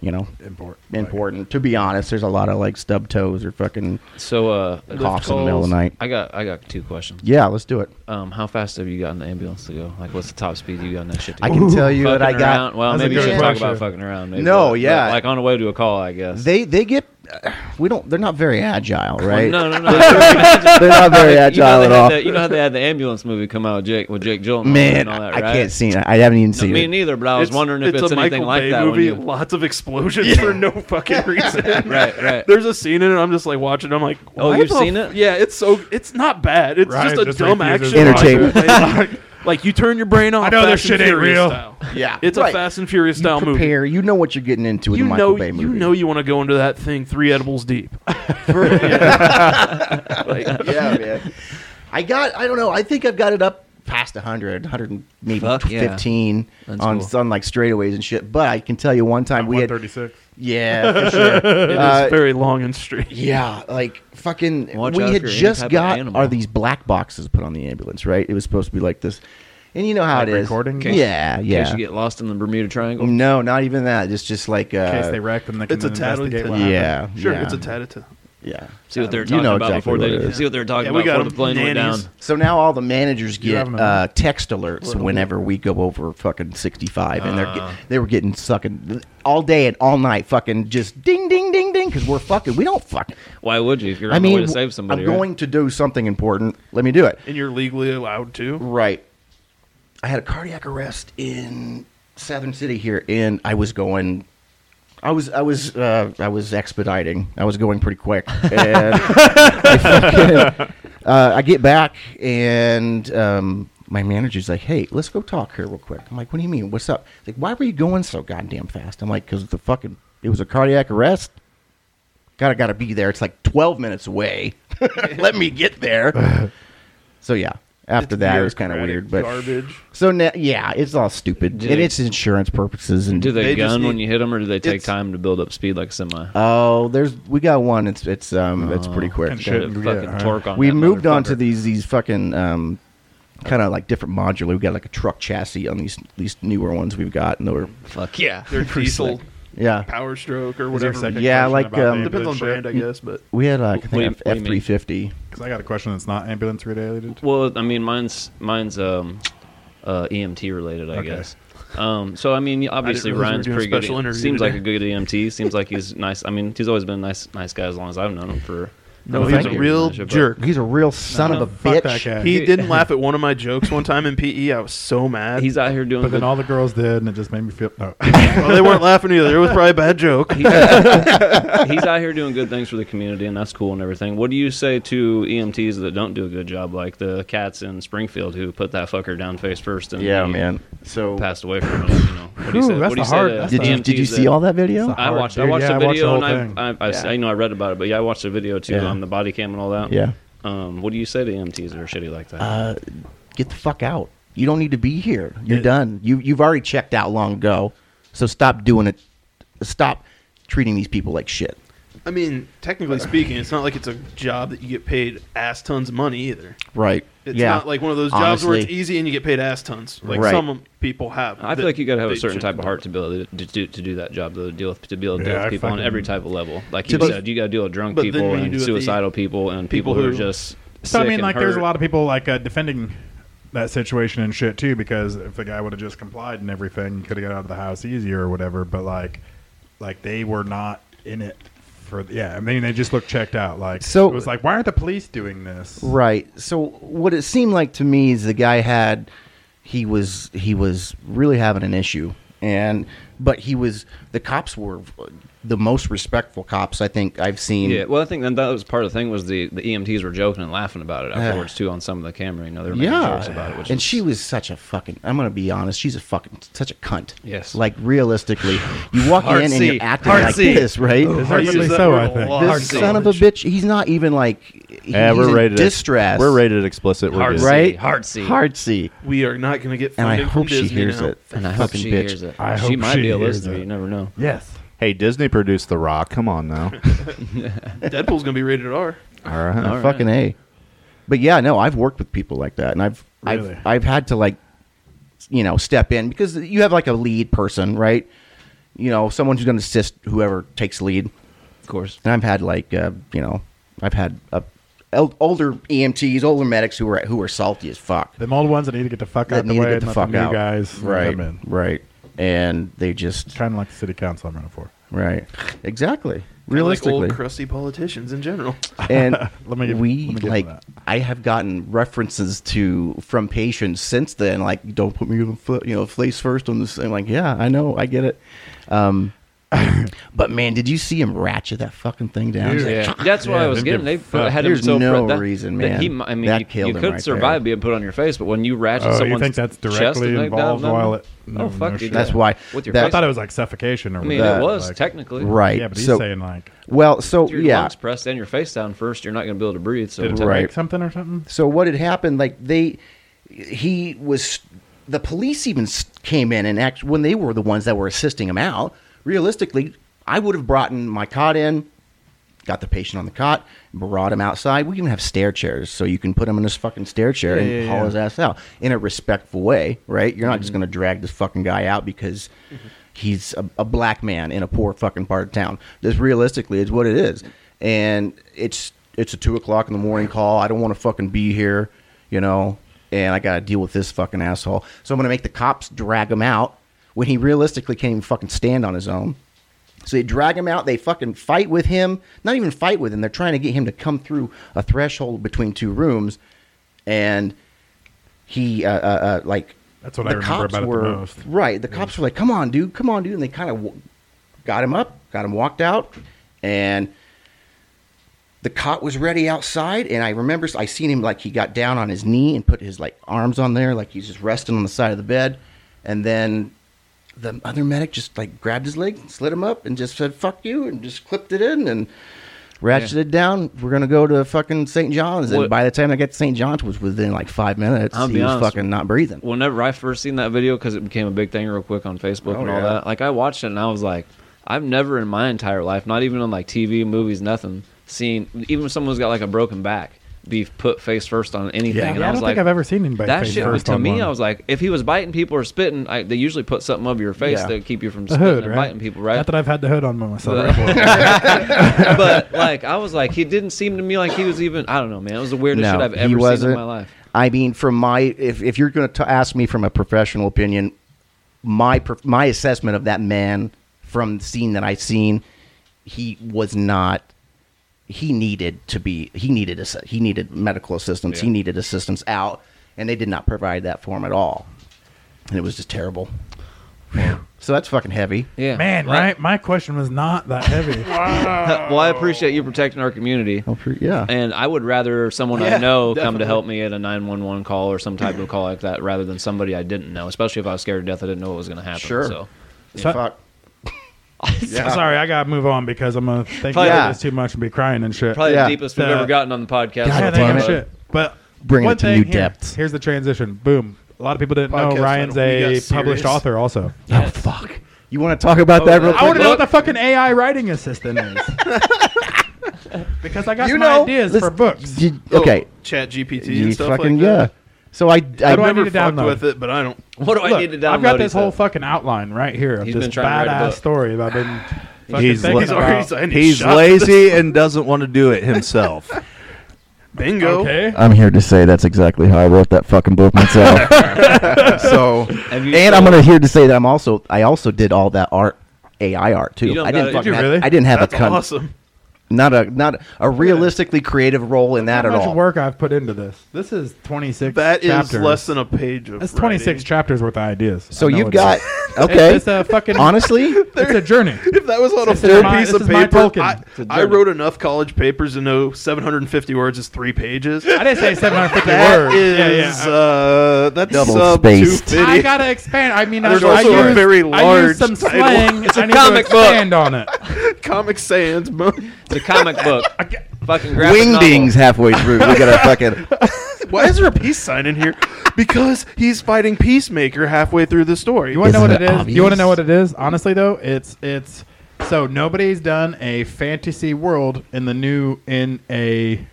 you know Import. important. to be honest, there's a lot of like stub toes or fucking So, uh, coughs in the middle of the night. I got I got two questions. Yeah, let's do it. Um, how fast have you gotten the ambulance to go? Like, what's the top speed you got on that shit? To I go? can tell you fucking that I got. around- Well, That's a maybe you good should talk question. about fucking around. Maybe, No, but- but, yeah. like on the way to a call, I guess. They they get. uh, We don't. They're not very agile, right? No, no, no. they're not very you, know agile they at had all. that- you know how they had the ambulance movie come out with Jake with Jake Gyllenhaal Man, and all that, I right? can't see it. I haven't even No, seen me it. neither, but I was wondering if it's, a anything Michael like Bay that. when movie. you- Lots of explosions for no fucking reason. right, right. There's a scene in it. I'm just like watching. I'm like, Oh, why you've the seen it? Yeah, it's so it's not bad. It's Ryan just a just dumb refuses action. to watch it. Like, like, you turn your brain off. I know this Fast and shit ain't Furious real. Style. Yeah, It's right. a Fast and Furious You style movie. prepare. You know what you're getting into with You a Michael know, Bay movie. you know, you want to go into that thing three edibles deep. yeah, man. I got. I don't know. I think I've got it up past 100, 100 maybe Fuck, yeah. 15 That's on cool. on like straightaways and shit. But I can tell you one time we had. 136. Yeah, for sure. It is Uh, very long and straight. Yeah, like fucking. Watch we out had for any type just of got animal. are these black boxes put on the ambulance, right? It was supposed to be like this, and you know how Like it is. recording? In case- Yeah, In case yeah. you get lost in the Bermuda Triangle. Mm. No, not even that. It's just like uh, In case they wrecked them, they can It's a then tattle- investigate what happened. yeah, Sure, yeah, it's a tattoo. yeah. See what they're You talking know about exactly before what it they is. see what they're talking Yeah, we about got before the plane 'em. went down. Nannies. So now all the managers You have get 'em in uh, mind. text alerts whenever we go over fucking sixty-five, and they're Ah. get, they were getting sucking all day and all night, fucking just ding, ding, ding, ding, because we're fucking. We don't fucking. Why would you? If you're on I mean, the way to save somebody, I'm right? going to do something important. Let me do it. And you're legally allowed to. Right. I had a cardiac arrest in Southern City here, and I was going. I was I was uh, I was expediting. I was going pretty quick, and I, fucking- uh, I get back, and um, my manager's like, "Hey, let's go talk here real quick." I'm like, "What do you mean? What's up?" He's like, "Why were you going so goddamn fast?" I'm like, "Cause the fucking it was a cardiac arrest. Gotta gotta be there. It's like 12 minutes away. Let me get there." so yeah, after It's that it was kind of bureaucratic weird, but garbage. so now, yeah, it's all stupid, Do and they- it's insurance purposes. And Do they, They just gun when need- you hit them, or do they take it's- Uh, time to build up speed like a semi? oh, there's we got one. It's it's um it's Oh. pretty quick. And Gotta shit, fucking yeah, huh? torque on We that moved on to motherfucker. these these fucking um kind of like different modular. We got like a truck chassis on these these newer ones we've got, and they were Fuck yeah. Their diesel yeah. power stroke or Is there a whatever. second Yeah, question like, about the um, Depends on ambulance shit? brand, I guess. But We had like I What do you- think what F do you three mean? fifty. 'Cause I got a question that's not ambulance related. Well, I mean, mine's mine's um, uh, EMT related, I Okay. guess. Um, so I mean, obviously realize we were Ryan's doing a pretty good. special at- interview Seems like a today. good EMT. Seems like he's nice. I mean, he's always been a nice, nice guy as long as I've known him for. no, thank he's a you. real But- jerk. He's a real son No, of a fuck that bitch. guy. He didn't laugh at one of my jokes one time in PE. I was so mad. He's out here doing. But then good- all the girls did, and it just made me feel. No. well, they weren't laughing either. It was probably a bad joke. he's out here doing good things for the community, and that's cool and everything. What do you say to EMTs that don't do a good job, like the cats in Springfield who put that fucker down face first and Yeah, he man. So passed away from it? You know, what do you say? Whew, that's what do the you say hard- to that's did you did you EMTs see that- all that video? It's I hard, watched. I dude. watched Yeah, I the watched the video, whole and I, I, I, Yeah. you know, I read about it, but yeah, I watched the video too Yeah. on the body cam and all that. Yeah. Um, what do you say to EMTs that are shitty like that? Uh, get the fuck out. You don't need to be here. You're done. You you've already checked out long ago. So stop doing it. Stop treating these people like shit. I mean, technically speaking, it's not like it's a job that you get paid ass tons of money either. Right. It's yeah. not like one of those jobs where it's Honestly. easy and you get paid ass tons, like Right. some people have. I feel like you got to have a certain type of heart to be able to, to, do, to do that job, to deal with, to be able to deal Yeah, with I people on fucking- every type of level. Like you But- said, you got to deal with drunk but then people when you do and it the- suicidal people and people, people who are who- just So sick I mean, and like, there's a hurt. lot of people like uh, defending that situation and shit too, because if the guy would have just complied and everything, he could have got out of the house easier or whatever. But like, like they were not in it for. Yeah, I mean, they just looked checked out. Like, So- it was like, why aren't the police doing this? Right. So what it seemed like to me is the guy had he was he was really having an issue and but he was the cops were the most respectful cops I think I've seen. Yeah, well, I think then that was part of the thing was the, the EMTs were joking and laughing about it afterwards too on some of the camera. You know, they were making Yeah. jokes about it, which and is, she was such a fucking I'm going to be honest, she's a fucking such a cunt. Yes. Like realistically, you walk Hard in and C. you're acting Hard like C. this, right? Deservedly that so, word I a think. lot. this Hard C. son of a bitch, he's not even like he- Yeah, he's we're in rated distress. We're rated explicit. We're Hard good. C. right? Hard C. Hard C. We are not going to get And funding I hope from she Disney hears now. it. and I hope Fucking she bitch. hears it. I she hope might she be a hears listener. it. You never know. Yes. Hey, Disney produced The Rock. Come on now. Deadpool's going to be rated R. All right. All right. fucking a. But yeah, no, I've worked with people like that, and I've Really? I've I've had to like, you know, step in because you have like a lead person, right? You know, someone who's going to assist whoever takes lead. Of course. And I've had like, uh, you know, I've had uh, el- older EMTs, older medics who are who are salty as fuck. Them old ones that need to get the fuck out That of the need way. to and get the let fuck new out, guys right? come in. Right, and they just Kind of like the city council I'm running for. right, exactly. Kinda Realistically, like old crusty politicians in general. and Let me get- we let me get on like that. I have gotten references to from patients since then, like don't put me in the foot, you know face first on this. I'm like, yeah, I know, I get it. Um, but man, did you see him ratchet that fucking thing down? He's like, Yeah, that's what Yeah, I was them getting. They get put, had There's him so no pre- that, reason, that man. he, mi- I mean, That you, killed you him could right survive there. being put on your face, but when you ratchet Oh, you someone's think that's chest directly and like, no, involved no, no. while it- oh no, fuck, no dude, shit. That's yeah. why- With your that- I face. thought it was like suffocation or I mean, that, it was like- technically Right. Yeah, but he's so, saying like, well, so If Your yeah, lungs pressed and your face down first. You're not going to be able to breathe. So did it Right. take something or something? So what had happened? Like they, he was. The police even s- came in and act when they were the ones that were assisting him out. Realistically, I would have brought in my cot in, got the patient on the cot, brought him outside. We even have stair chairs, so you can put him in this fucking stair chair and yeah, Mm-hmm. haul yeah. his ass out in a respectful way, right? You're not just going to drag this fucking guy out because Mm-hmm. he's a, a black man in a poor fucking part of town. This realistically is what it is, and it's it's a two o'clock in the morning call. I don't want to fucking be here, you know, and I got to deal with this fucking asshole. So I'm going to make the cops drag him out when he realistically can't even fucking stand on his own. So they drag him out. They fucking fight with him. Not even fight with him. They're trying to get him to come through a threshold between two rooms, and he uh, uh, uh, like That's what I remember about it the were, most. Right, the cops were like, "Come on, dude, come on, dude," and they kind of w- got him up, got him walked out, and the cot was ready outside. And I remember I seen him like he got down on his knee and put his like arms on there, like he's just resting on the side of the bed, and then the other medic just like grabbed his leg, slid him up, and just said "fuck you" and just clipped it in and. Ratcheted it down. We're gonna go to fucking St. John's, and What- by the time I got to St. John's, was within like five minutes. I'll he be was honest. fucking not breathing. whenever I first seen that video, because it became a big thing real quick on Facebook Oh, and all yeah. that, like I watched it and I was like, I've never in my entire life, not even on like TV, movies, nothing, seen even if someone's got like a broken back be put face first on anything. Yeah, and I, I was don't like, think I've ever seen anybody that face shit first was to on me. one. I was like, if he was biting people or spitting, I, they usually put something over your face Yeah. to keep you from the spitting hood, and right? biting people, right? Not that I've had the hood on by myself. But- before. but like, I was like, he didn't seem to me like he was even. I don't know, man. It was the weirdest shit I've ever seen in my life. I mean, from my if, if you're going to ask me from a professional opinion, my prof- my assessment of that man from the scene that I seen, he was not. He needed to be. He needed a, he needed medical assistance. He needed assistance out, and they did not provide that for him at all, and it was just terrible. So that's fucking heavy. Yeah, Man, Like, right? My question was not that heavy. well, I appreciate you protecting our community. Oh, pre- yeah. And I would rather someone I Yeah, know come to definitely. help me at a 911 call or some type of call like that rather than somebody I didn't know, especially if I was scared to death. I didn't know what was going to happen. Sure. So. So- Fuck. so Sorry, I gotta move on because I'm gonna think about Probably- this too much and be crying and shit. Probably Yeah. the deepest we've The- ever gotten on the podcast. God so damn far. it. shit. But Bringing one it to thing new here- depths. Here's the transition. Boom. A lot of people didn't know Podcast Ryan's title, We Got a Serious. published author also. Oh fuck. You want to talk about that real Oh, I quick? want to know what the fucking AI writing assistant is. because I got You some know, ideas this- for books. Did- Oh, okay. Chat GPT You and stuff fucking like that. yeah. So I, I, How do I I've never need to fucked download? with it, but I don't. What do I Look, need to download? I've got this he whole said? fucking outline right here of He's this been trying to write a badass book. story that I've been fucking He's thinking He's about. already signed his He's shot. lazy and doesn't want to do it himself. Bingo. Okay. I'm here to say that's exactly how I wrote that fucking book myself. so, you and I'm gonna here to say that I'm also I also did all that art AI art too. You don't I got didn't it. fucking Did you have, really? I didn't have That's a con- awesome. not a not a realistically creative role in that How at much all. work I've put into this? This is 26 That is chapters. less than a page of. That's 26 writing. chapters worth of ideas. So I know you've it is. got It- okay. it's a fucking Honestly, It's a journey. If that was on a This is full my- piece this of is my paper, Tolkien. I, It's a I journey. wrote enough college papers to know 750 words is three pages. I didn't say 750 That words. is uh, that's Double sub spaced. 250. I gotta expand. I mean, I, There's I also a used, very I large used some title. slang. It's I a need comic to expand on it. Comic Sans. mo- It's a comic book. Fucking graphic wingdings novel. halfway through. We got a fucking Why is there a peace sign in here? Because he's fighting Peacemaker halfway through the story. You want to know Isn't what it it is? You want to obvious? know what it is? Honestly, though, it's it's so nobody's done a fantasy world in the new in a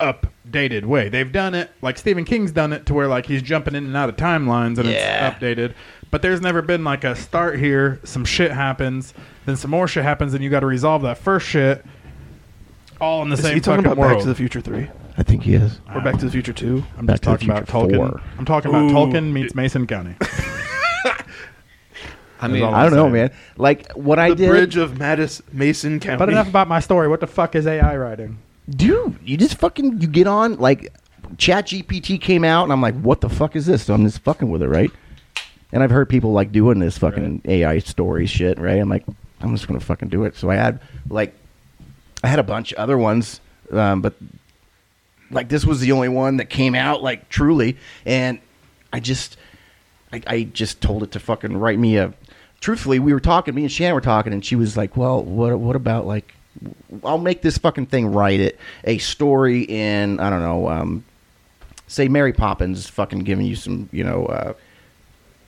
updated way. They've done it like Stephen King's done it to where like he's jumping in and out of timelines and Yeah. it's updated. But there's never been like a start here, some shit happens, then some more shit happens, and you got to resolve that first shit all in the Is same he talking fucking about world. Back to the Future Three I think he is. or Back to the Future Two? I'm Back just to the talking about Future Tolkien. four. I'm talking about Tolkien meets Mason County. I mean, I don't know, man. Like what I The did. Bridge of Mattis Mason County. But enough about my story. What the fuck is AI writing? dude, you just fucking you get on like Chat GPT came out and I'm like, what the fuck is this? So I'm just fucking with it, right? And I've heard people like doing this fucking AI story shit, right? I'm like, I'm just gonna fucking do it. So I had like I had a bunch of other ones, um, but like this was the only one that came out like truly and i just I, I just told it to fucking write me a truthfully we were talking me and shannon were talking and she was like well what what about like i'll make this fucking thing write it a story in i don't know um say mary poppins fucking giving you some you know uh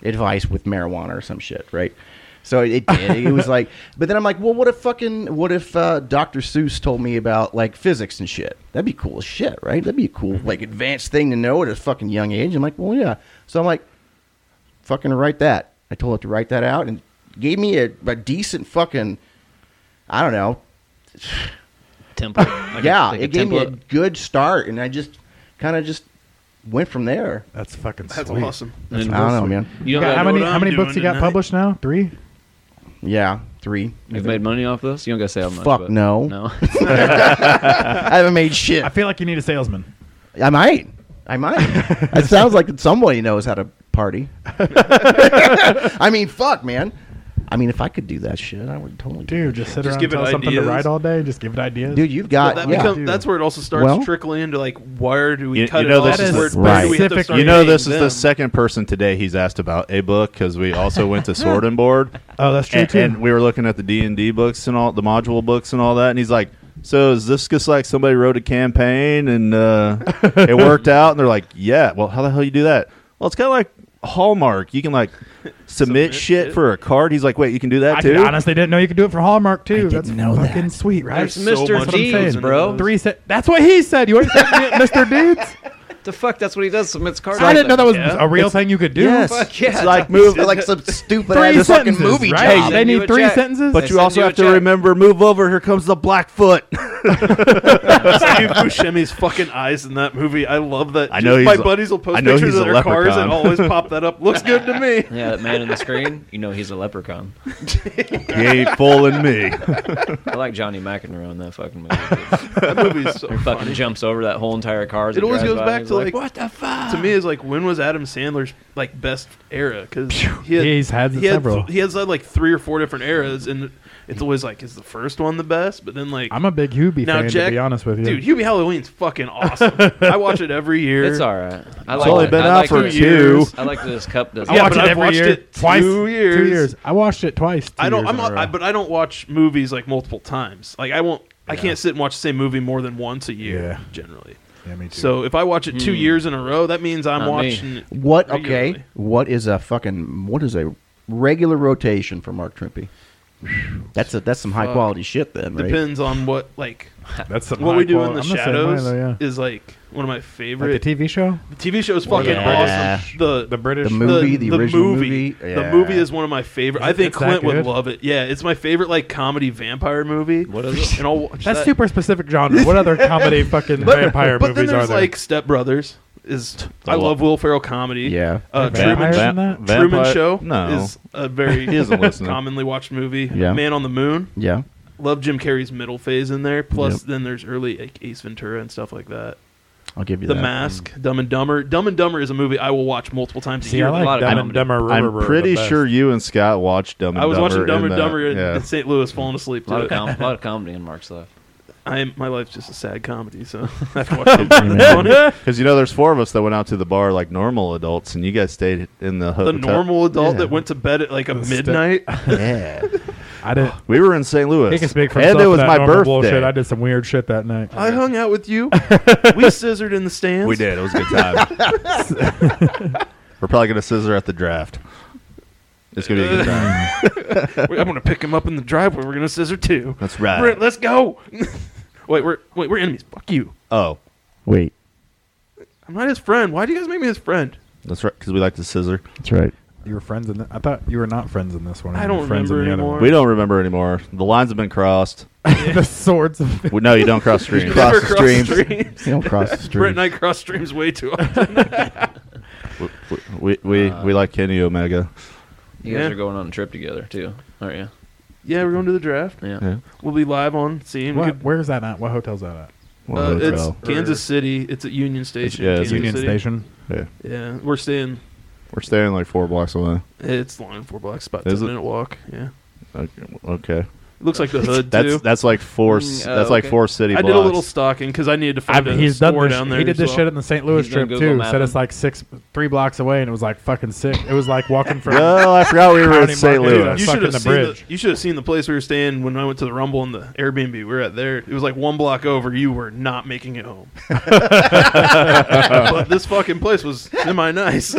advice with marijuana or some shit, right? So it did. It was like, but then I'm like, well, what if fucking, what if uh, Dr. Seuss told me about like physics and shit? That'd be cool as shit, right? That'd be a cool, like, advanced thing to know at a fucking young age. I'm like, well, yeah. So I'm like, fucking write that. I told it to write that out and gave me a, a decent fucking, I don't know, template. Like a- yeah, like a it gave me a template. good start, and I just kind of just went from there. That's fucking That's sweet. awesome. I That's don't real know, sweet. man. You don't Yeah, got how know many what how I'm many books doing you got tonight. published now? Three. Yeah, three. You've made money off this? You don't got to say how much. Fuck but- no. No. I haven't made shit. I feel like you need a salesman. I might. I might. it sounds like somebody knows how to party. I mean, fuck, man. I mean, if I could do that shit, I would totally do. Dude, just sit Just around give and it tell something to ideas. write all day. Just give it ideas. it. Dude, you've Well, got that yeah. become, that's where it also starts Well- trickling into like where do we You- cut you it know off? this is where, the- where do we have to Right. start You know, paying this is the them? second person today he's asked about a book because we also went to Sword and Board, oh, that's true and, too. and we were looking at the D and D books and all the module books and all that. And he's like, "So is this just like somebody wrote a campaign and uh, it worked out?" And they're like, "Yeah." Well, how the hell you do that? Well, it's kind of like Hallmark. You can like submit, shit for a card. He's like, "Wait, you can do that I too?" could- honestly didn't know you could do it for Hallmark too. didn't that's know that. fucking sweet, right? There's That's so Mr. much what I'm Deeds, saying. goes bro. Three. Se- that's what he said. You ain't fucking Mr. Deeds. The fuck? That's what he does. Submits cards. I didn't know that was Yeah. a real thing you could do. Yes, Fuck yeah. it's like move like some stupid Three ass fucking sentences, movie right? job. They Send you need a three check. sentences. But They you send also you a have to check. remember, move over. Here comes the Blackfoot. Steve Buscemi's fucking eyes in that movie. I love that. I know Just he's- my buddies will post I know pictures he's of a their cars leprechaun. and always pop that up. Looks good to me. Yeah, that man in the screen. You know he's a leprechaun. he ain't fooling me. I like Johnny McEnroe in that fucking movie. That movie's so He fucking funny. jumps over that whole entire car. as It always drives goes by, back he's to like, what the fuck? To me, is like when was Adam Sandler's like best era? Because he He's had he several. he has had like three or four different eras, and it's always like is the first one the best? But then like I'm a big Hubie now fan, Jack, to be honest with you. dude, Hubie Halloween's fucking awesome. I watch it every year. It's all right. I like only it. been I out like for this- two years. I like this cup. Does I Yeah, watch but it I've every watched year. it twice. two years. Two years. I watched it twice. two I don't. years I'm in a not, I, row. but I don't watch movies like multiple times. Like I won't. I can't sit and watch the same movie more than once a year. Yeah. Generally. yeah, me too. So if I watch it two years in a row, that means I'm Hmm. Not me. watching. it What? Okay. regularly. What is a fucking? What is a regular rotation for Mark Trimpey? That's a, that's some high Fuck. quality shit then, right? Depends on what like That's some what high we do in quality- the I'm same shadows way, though, yeah. is like one of my favorite. Like the TV show? The TV show is fucking Yeah. awesome. The The British The movie, the original movie, yeah. The movie is one of my favorite. I think It's that Clint would good? love it. Yeah, it's my favorite like comedy vampire movie. What is it? And I'll watch That's that. super specific genre. What other comedy fucking vampire But then movies are there's there? like Step Brothers. Is I lo- love Will Ferrell comedy. Yeah. Uh, Vampire? Truman, Show- Vampire? that? Truman Vampire- Show No. is a very He isn't listening. commonly watched movie. Yeah. Man on the Moon. Yeah. Love Jim Carrey's middle phase in there. Plus, Yep. then there's early like, Ace Ventura and stuff like that. I'll give you The that. Mask, Dumb and Dumber. Dumb and Dumber is a movie I will watch multiple times a See, year. I a lot like of Dumb comedy. and Dumber. Rubber I'm Rubber pretty the sure best. you and Scott watched Dumb and I was Dumber watching Dumb in and that. Dumber in, Yeah. in St. Louis, falling asleep A lot to of, it. com- a lot of comedy in Mark's life. I'm, my life's just a sad comedy, so I have to watch it. It's funny. Because you know, there's four of us that went out to the bar like normal adults, and you guys stayed in the The hotel. normal adult that Yeah. went to bed at like a The step- midnight. Yeah, I didn't. we were in St. Louis. He can speak for and himself. it was that my normal birthday. Bullshit. I did some weird shit that night. I hung out with you. We scissored in the stands. We did. It was a good time. we're probably gonna scissor at the draft. It's gonna be a good time. We- I'm gonna pick him up in the driveway. We're gonna scissor too. That's right. Brent, let's go. wait, we're wait, we're enemies. Fuck you. Oh, Wait. I'm not his friend. Why do you guys make me his friend? that's right. Because we like to scissor. That's right. You were friends in. Th- I thought you were not friends in this one. I You were don't friends in remember the other anymore. We don't remember anymore. The lines have been crossed. one. the swords of We- No, you don't cross streams. Cross Never the cross streams. streams. You don't cross the street. Brent and I cross streams way too often. we we, we like Kenny Omega. You guys Yeah. are going on a trip together too, aren't you? yeah, we're going to the draft. Yeah. Yeah. We'll be live on scene. We What- could- where's that at? What hotel's that at? uh, Well, it's hotel. Kansas City. It's at Union Station. yeah, it's Kansas Union City. Station. yeah. Yeah, we're staying. We're staying like four blocks away. It's long, four blocks, about Is ten it? minute walk. Yeah, Okay. okay. it looks like the hood That's too. oh, that's like four. Mm, c- uh, that's like okay. four city. I blocks. did a little stalking because I needed to I find mean, a he's done store this. down there. He did as this well. shit in the St. Louis He's trip done Google too. Mapping. Said it's like six, three blocks away, and it was like fucking sick. It was like walking from. Well, I forgot we were in County St. Market. Louis. You Sucking should have the seen bridge. The, you should have seen the place we were staying when I went to the Rumble and the Airbnb we were at there. It was like one block over. You were not making it home. but this fucking place was semi nice.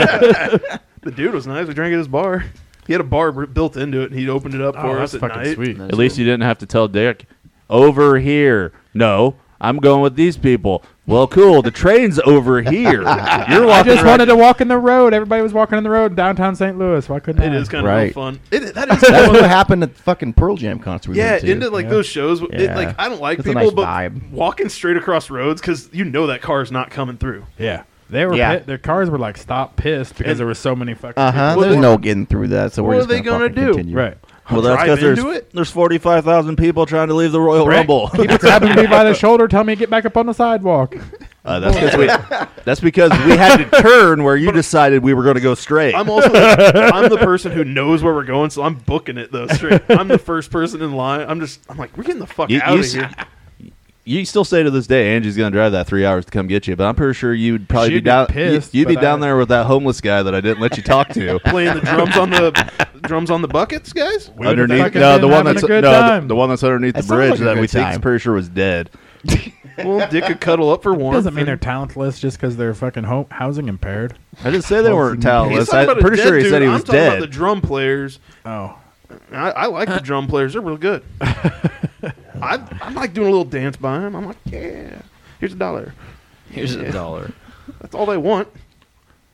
the dude was nice. We drank at his bar. He had a bar b- built into it, and he opened it up Oh, for that's us at fucking night. sweet. At least you didn't have to tell Dick over here. No, I'm going with these people. Well, cool. The train's over here. You're I walking. just wanted to walk in the road. Everybody was walking in the road downtown St. Louis. Why couldn't It I? is kind of Right. fun. It, that is That's what happened at the fucking Pearl Jam concert. We yeah, went to. into like those shows. It, Yeah. like I don't like It's a people, nice but vibe. walking straight across roads because you know that car's not coming through. Yeah, Uh-huh. they were. Yeah. Pit, their cars were like stopped pissed because And- there were so many fucking. Uh huh. What There's they- no getting through that. So we're What just are they gonna gonna fucking do? Continue. people. Right. Well, that's 'cause there's- into it? there's 45,000 people trying to leave the Royal Rumble. Grabbing me by the shoulder, tell me to get back up on the sidewalk. Uh, that's because we. That's because we had to turn where you decided we were going to go straight. I'm also I'm the person who knows where we're going, so I'm booking it though. Straight. I'm the first person in line. I'm just I'm like we're getting the fuck You- out you of s- here. you still say to this day, Angie's going to drive that three hours to come get you, but I'm pretty sure you'd probably She'd be be down. pissed, you'd be but down I- there with that homeless guy that I didn't let you talk to. Playing the drums on the drums on the buckets, guys. We would've underneath fucking no been the one having a that's good no the, time. the one that's underneath That the sounds bridge like a that we good think is time. pretty sure was dead. Well, Dick could cuddle up for warmth. Doesn't mean they're and- talentless just because they're fucking ho- housing impaired. I didn't say they weren't He's talentless. talking I'm about a Oh, pretty dead sure he dude. said he I'm was talking about dead. the drum players. Oh, I, I like the drum players. They're real good. I I'm like doing a little dance by them. I'm like, yeah, here's a dollar. Here's a dollar. That's all they want.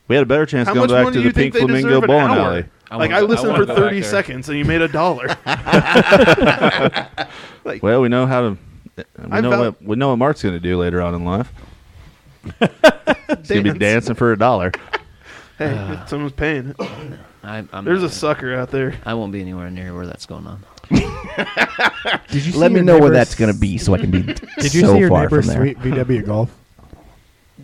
we had a better chance How going much back money to do the you Pink think they Flamingo deserve an Bowling hour? Alley. I like wanna- I I listened wanna for go back 30 there. seconds and you made a dollar. Well, we know how to. We I know, felt- what, we know what Mark's going to do later on in life. He's going to be Dance. dancing for a dollar. hey, someone's paying. it. I, I'm There's a not- sucker out there. I won't be anywhere near where that's going on. did you? see Let me your know where neighbor's- that's gonna be, so I can be. Did you so see your far from neighbor's there. sweet VW Golf?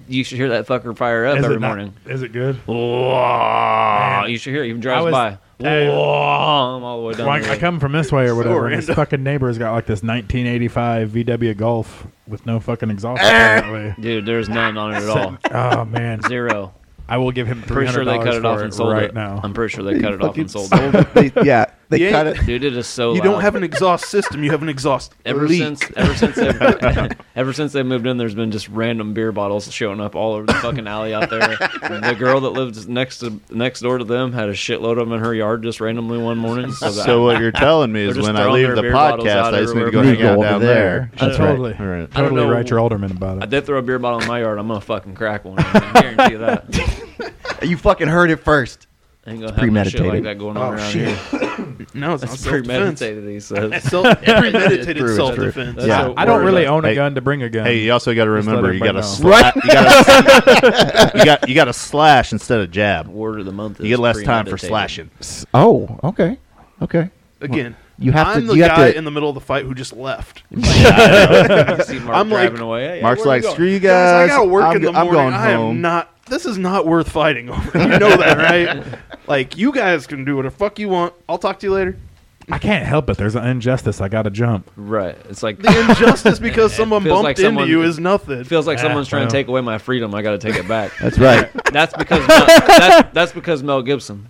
You should hear that fucker fire up Is every it not- morning. Is it good? Wow. You should hear it. Even drives I was- by. Hey. Wow. I'm all the way down. Well, I, the I road. come from this way or whatever. and random. This fucking neighbor's got like this 1985 VW Golf with no fucking exhaust. Eh. apparently. Dude, there's none on it at all. Oh man, Zero. I will give him three Pretty sure hundred dollars they cut it Um, off and sold right it. now. I'm pretty sure they cut it off and sold it. They- yeah, They You cut ain't- it. Dude, it is so. You don't loud. have an exhaust system. You have an exhaust Ever leak. since, ever since, they've, ever since they moved in, there's been just random beer bottles showing up all over the fucking alley out there. And the girl that lives next to next door to them had a shitload of them in her yard just randomly one morning. So, that, So what you're telling me is They're just when I throwing leave their the beer bottles podcast, out I just need to everywhere. go You hang go out over down there. there. That's totally, All right. don't totally know. write your alderman about I it. did throw a beer bottle in my yard. I'm gonna fucking crack one. I guarantee you that. You fucking heard it first. Ain't gonna have premeditated. shit like that going on around here. No, it's not That's Oh, self-defense. premeditated. He says. Self- premeditated True, self-defense. That's Yeah. what I don't we're- really own a Hey. gun to bring a gun. Hey, you also got to Um, Just let remember you got everybody to know. slap. You got to you got you got to slash instead of jab. Word of the month. You is get less time for premeditated. slashing. Oh, okay, okay. Again, You have I'm to. the you guy have to. in the middle of the fight who just left. You see Mark I'm like- driving away. Hey, Mark's where like, you going? screw you Guys, guys. I gotta work I'm, in the I'm morning. going I home. am not. This is not worth fighting over. You know that, right? like you guys can do whatever fuck you want. I'll talk to you later. I can't help it. There's an injustice. I got to jump. Right. It's like The injustice because someone feels bumped like into someone- you is nothing. It feels like Ah, someone's trying well. to take away my freedom. I got to take it back. That's right. that's because Mel, that's, that's because Mel Gibson,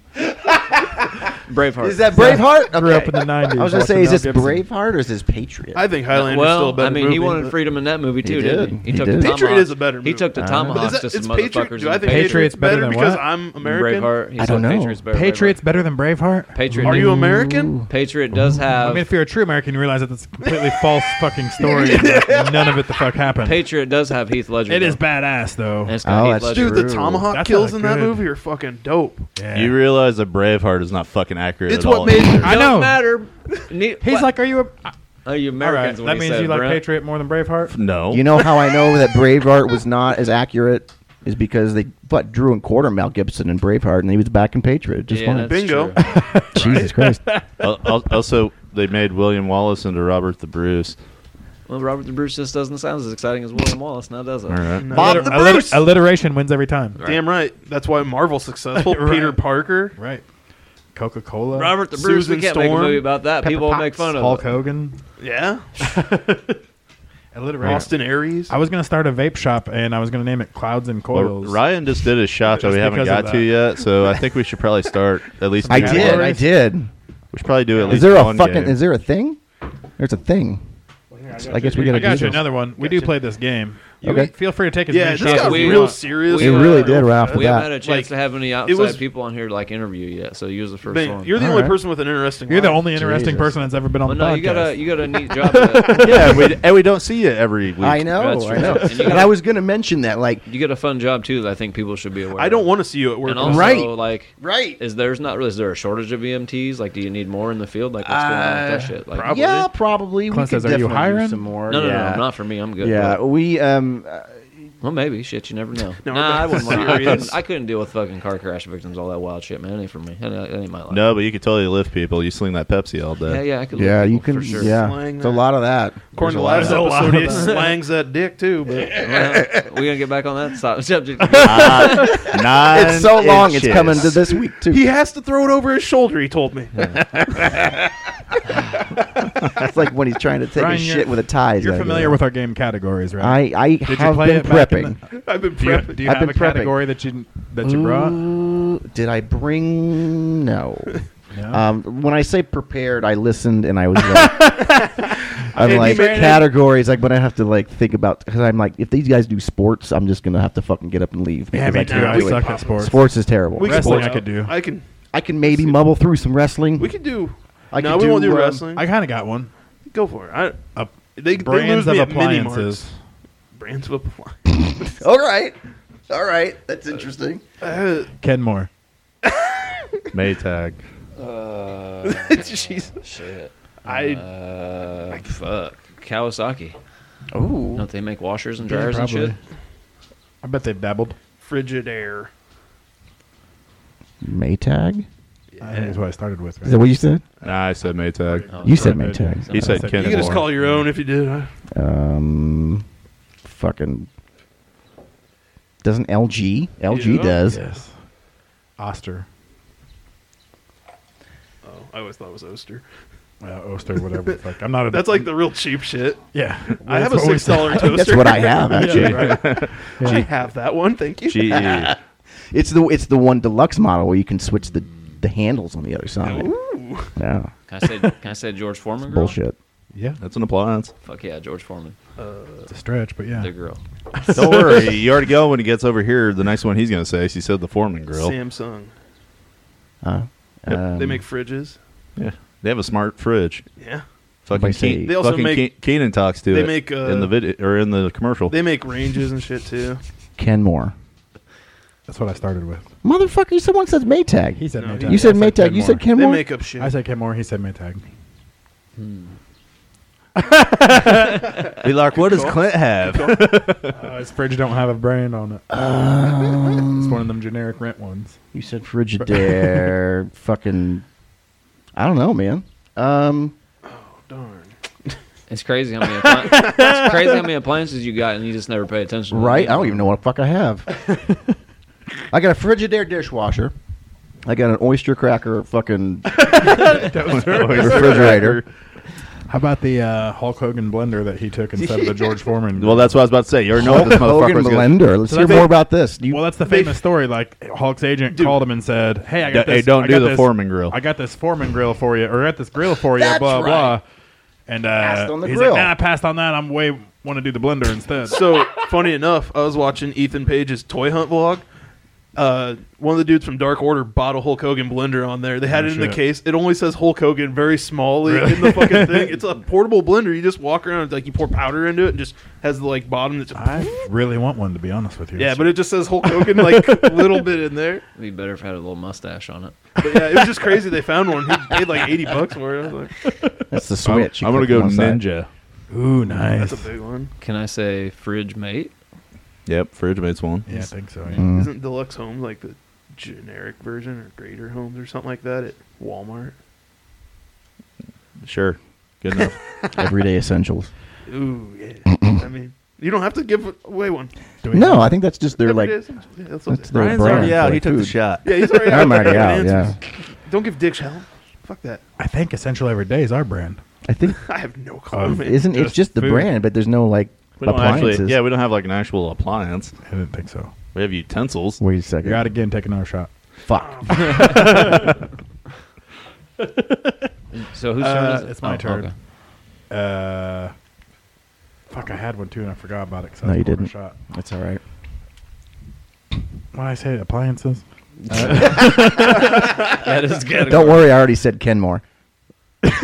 Braveheart. Is that Braveheart? I grew up Okay. in the '90s. I was gonna watching say, is Mel this Gibson. Braveheart or is this Patriot? I think Highlander's well, still a better I mean, movie. he wanted but- freedom in that movie too, did. didn't he? He took did. the Patriot tomahawks- is a better He movie. took the Ah. But is tomahawks that- to it's some Patriot. motherfuckers. Do I in think Patriots Patriot's better better than because what? I'm American? Braveheart. He I said don't know. Patriots better. Patriots better than Braveheart. Patriot. Are you American? Patriot does I have. mean, if you're a true American, you realize that that's a completely false fucking story. and that none of it the fuck happened. Patriot does have Heath Ledger. it is though. badass though. And it's got Oh, Heath that's Ledger. Dude, True. the tomahawk That's kills not in that good. movie are fucking dope. Yeah. You realize that Braveheart is not fucking accurate. It's at what all made- either. I Don't know. matter. Ne- He's what? like, are you a? Are you All right. Americans? That means you like Patriot more than Braveheart. No, You know how I know that Braveheart was not as accurate is because they but drew and quarter Mel Gibson in Braveheart, and he was back in Patriot. Just Yeah, one. that's Bingo. true. Jesus Christ. Al- al- also, they made William Wallace into Robert the Bruce. Well, Robert the Bruce just doesn't sound as exciting as William Wallace now, does it? All right. Bob the Alliter- Bruce. alliteration wins every time. Damn right. That's why Marvel's successful. Right. Peter Parker. Right. Coca Cola. Robert the Bruce. Susan we can't make Storm, a movie about that. People will make Potts, fun of Hulk it. Hogan. Yeah. Alliteration. Austin Aries. I was gonna start a vape shop and I was gonna name it Clouds and Well, Coils. Ryan just did his shot that Just we haven't because of got to yet, so I think we should probably start at least. I do did. one. I did. We should probably do at least. Is there a one fucking? game. Is there a thing? There's a thing. I guess we I gotta got do you this. another one. We do play this game. You Okay. Feel free to take as yeah, many this shots got as we- you real want. serious. It Yeah. really did right off the We haven't had bat. a chance Like, to have any outside was- people on here like interview you yet, so you was the first Man, one. you're the All only right. person with an interesting You're the life. only interesting Jesus. person that's ever been on well, the no, podcast. you got a you got a neat job. At, Yeah, and we, and we don't see you every week. I know. That's I know. right. And you And gotta- I was gonna mention that, like, you get a fun job too that I think people should be aware. I don't of. want to see you at work. And also, Right. like, Right. Is there's not really is there a shortage of EMTs? Like, do you need more in the field? Like, what's going on with that uh, oh, shit? Like, Uh, probably. Uh, yeah, probably. We Clint could says, "Are you definitely use hiring?" some more. no, no, yeah. no, no, not for me. I'm good. Yeah, But- we um, uh, well, maybe shit. You never know. No, nah, I I'm wouldn't. Want, I, serious. couldn't, I couldn't deal with fucking car crash victims. All that wild shit, man. That ain't for me. That ain't, that ain't my life. No, but you could totally lift people. You sling that Pepsi all day. Yeah, yeah, I could. lick yeah, you people can. for sure. Yeah, Slang it's a that. lot of that. According to last episode, he slangs that dick too. But Well, we gonna get back on that so- subject. Uh, nine It's so long. It's inches. coming to this week too. he has to throw it over his shoulder. He told me. It's like when he's trying to take Ryan, a you're- shit with a tie. he's You're gotta do familiar that. with our game categories, right? I I you have play been it back in prepping. I've been do you, prepping. do you I've have a been prepping. category that you that you brought? Ooh, Uh, did I bring? No. No. Um, when I say prepared, I listened and I was like, I'm Andy like Brandon. categories. Like, but I have to like think about because I'm like, if these guys do sports, I'm just gonna have to fucking get up and leave. yeah, because me I too. can't I do it. suck at sports. Sports is terrible. We Wrestling can, I could do. I can. I can maybe mumble through some wrestling. We could do. I no, could we won't do, do um, wrestling. I kind of got one. Go for it. I, A they, brands they lose of me at mini marks. appliances. Brands of appliances. All right, all right, that's interesting. Uh, Kenmore. Maytag. Jesus. Shit. I Uh, fuck. Kawasaki. Oh, Don't they make washers and Yeah, dryers and shit? probably. I bet they've dabbled. frigid air. Maytag. I think that's what I started with. Is that what you said? Nah, I said Maytag. Oh, You sorry. said Maytag. He said You Ken You could just Moore. call your own if you did. I, Um, fucking. Doesn't LG? LG Yeah. does. Yes. Oster. oh, I always thought it was Oster. Uh, Oster, whatever the fuck. I'm not a. That's like the real cheap shit. Yeah. I have a That's what we six dollar toaster. That's what I have actually. Yeah, right. I have that one. Thank you. GE. It's the it's the one deluxe model where you can switch the the handles on the other side. Ooh. Ooh. Yeah, Can I say? Can I say George Foreman girl? bullshit. Yeah, That's an appliance. Fuck yeah, George Foreman, it's a stretch, but yeah. the girl. Don't worry, you already go when he gets over here. The next one he's going to say, she said the Foreman grill. Samsung. Uh, Yep, Um, they make fridges. Yeah, they have a smart fridge. Yeah. Fucking, They say- Ke- They also fucking make- Ke- Keenan talks to they it make, uh, in the video or in the commercial. They make ranges and shit too. Kenmore. That's what I started with. Motherfucker, someone says Maytag. He said No, Maytag. you said I Maytag. You said Kenmore. Kenmore. They make up shit. I said Kenmore. He said Maytag. Be like, what does Clint have? Uh, his fridge don't have a brand on it. it's one of them generic rent ones. You said Frigidaire. fucking. I don't know, man. Um, Darn. It's crazy how many. Appli- it's crazy how many appliances you got, and you just never pay attention. to right? I them. don't even know what the fuck I have. I got a Frigidaire dishwasher. I got an oyster cracker fucking Oh, refrigerator. How about the uh, Hulk Hogan blender that he took instead of the George Foreman? well, that's what I was about to say. You already know what this Hogan motherfucker's going blender. Let's So hear that's more it. about this. Do you- Well, that's the famous story. Like Hulk's agent called him and said, "Hey, I got D- this. hey, don't I do got the this- Foreman grill." I got this Foreman grill for you, or I got this grill for you." That's blah right. blah. And uh, Passed on the he's grill. like, "Nah, I passed on that. I'm way want to do the blender instead." So funny enough, I was watching Ethan Page's toy hunt vlog. Uh, one of the dudes from Dark Order bought a Hulk Hogan blender on there. They had Oh, it in shit. the case. It only says Hulk Hogan very smallly in the fucking thing. It's a portable blender. You just walk around. It's like you pour powder into it and just has the like bottom. That's I really want one to be honest with you. yeah, but it just says Hulk Hogan like a little bit in there. It'd be better if I had a little mustache on it. But yeah, it was just crazy. They found one. He paid like eighty bucks for it. I was like, that's the switch. You I'm going to click go on the side. ninja. ooh, nice. that's a big one. Can I say fridge mate? Yep, fridge mates one. yeah, I think so. Yeah. Mm. Isn't deluxe home like the generic version or greater homes or something like that at Walmart? Sure. Good enough. Everyday essentials. Ooh, yeah. I mean, you don't have to give away one. Do we No, have- I think that's just their like. Every day essential. yeah, that's what That's they- their brand. for their food. shot. yeah, he's already out. I'm already out. Answers. Yeah, Don't give dicks hell. Fuck that. I think Essential Every Day is our brand. I think I have no clue. Um, man. isn't it's just the food. brand, but there's no like We don't appliances. actually, yeah, we don't have like an actual appliance. I didn't think so. We have utensils. Wait a second. You're out again. Take another shot. Fuck. So who's Uh, turn is it? it's my Oh, turn. okay. Uh, fuck, I had one too, and I forgot about it. 'cause I No, had you a corner didn't. Shot. That's all right. When I say appliances, That is good. Don't worry, I already said Kenmore. Just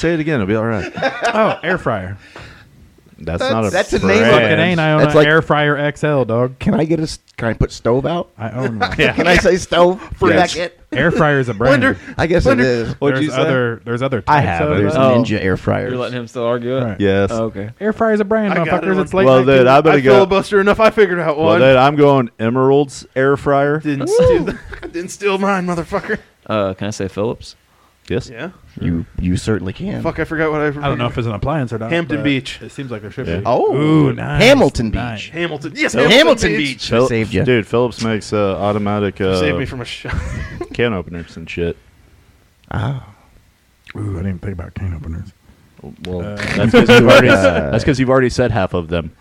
say it again. It'll be all right. oh, air fryer. That's, not a that's a name brand. of Fucking ain't I own That's an like- air fryer XL, dog. Can I get a? s- Can I put stove out? I own one. Can I say stove for Yes. a second? Air fryer is a brand. Blender. I guess it is. What'd there's you say? other. There's other. Types I of haven't. There's it. Oh. ninja air fryers. You're letting him still argue it. Right. Yes. Oh, okay. Air fryer is a brand, I got motherfuckers. it. It's late. Well, night dude, food. I I better go. filibuster enough. I figured out Well, one. dude, I'm going Emerald's air fryer. didn't steal, didn't steal mine, motherfucker. Uh, can I say Phillips? Yes. Yeah. You you certainly can. Fuck, I forgot what I. I don't know if it's an appliance or not. Hampton but Beach. It seems like there should Yeah. be. Oh. Ooh, nice. Hamilton Beach. Nice. Hamilton. Yes, Hamilton, Hamilton, Beach. Beach. I Phil- saved you. Dude, Phillips makes uh, automatic uh, Save me from a shot. can openers and shit. Ah. Ooh, I didn't even think about can openers. Well, uh, Uh, that's because you've, already- uh, that's 'cause you've already said half of them.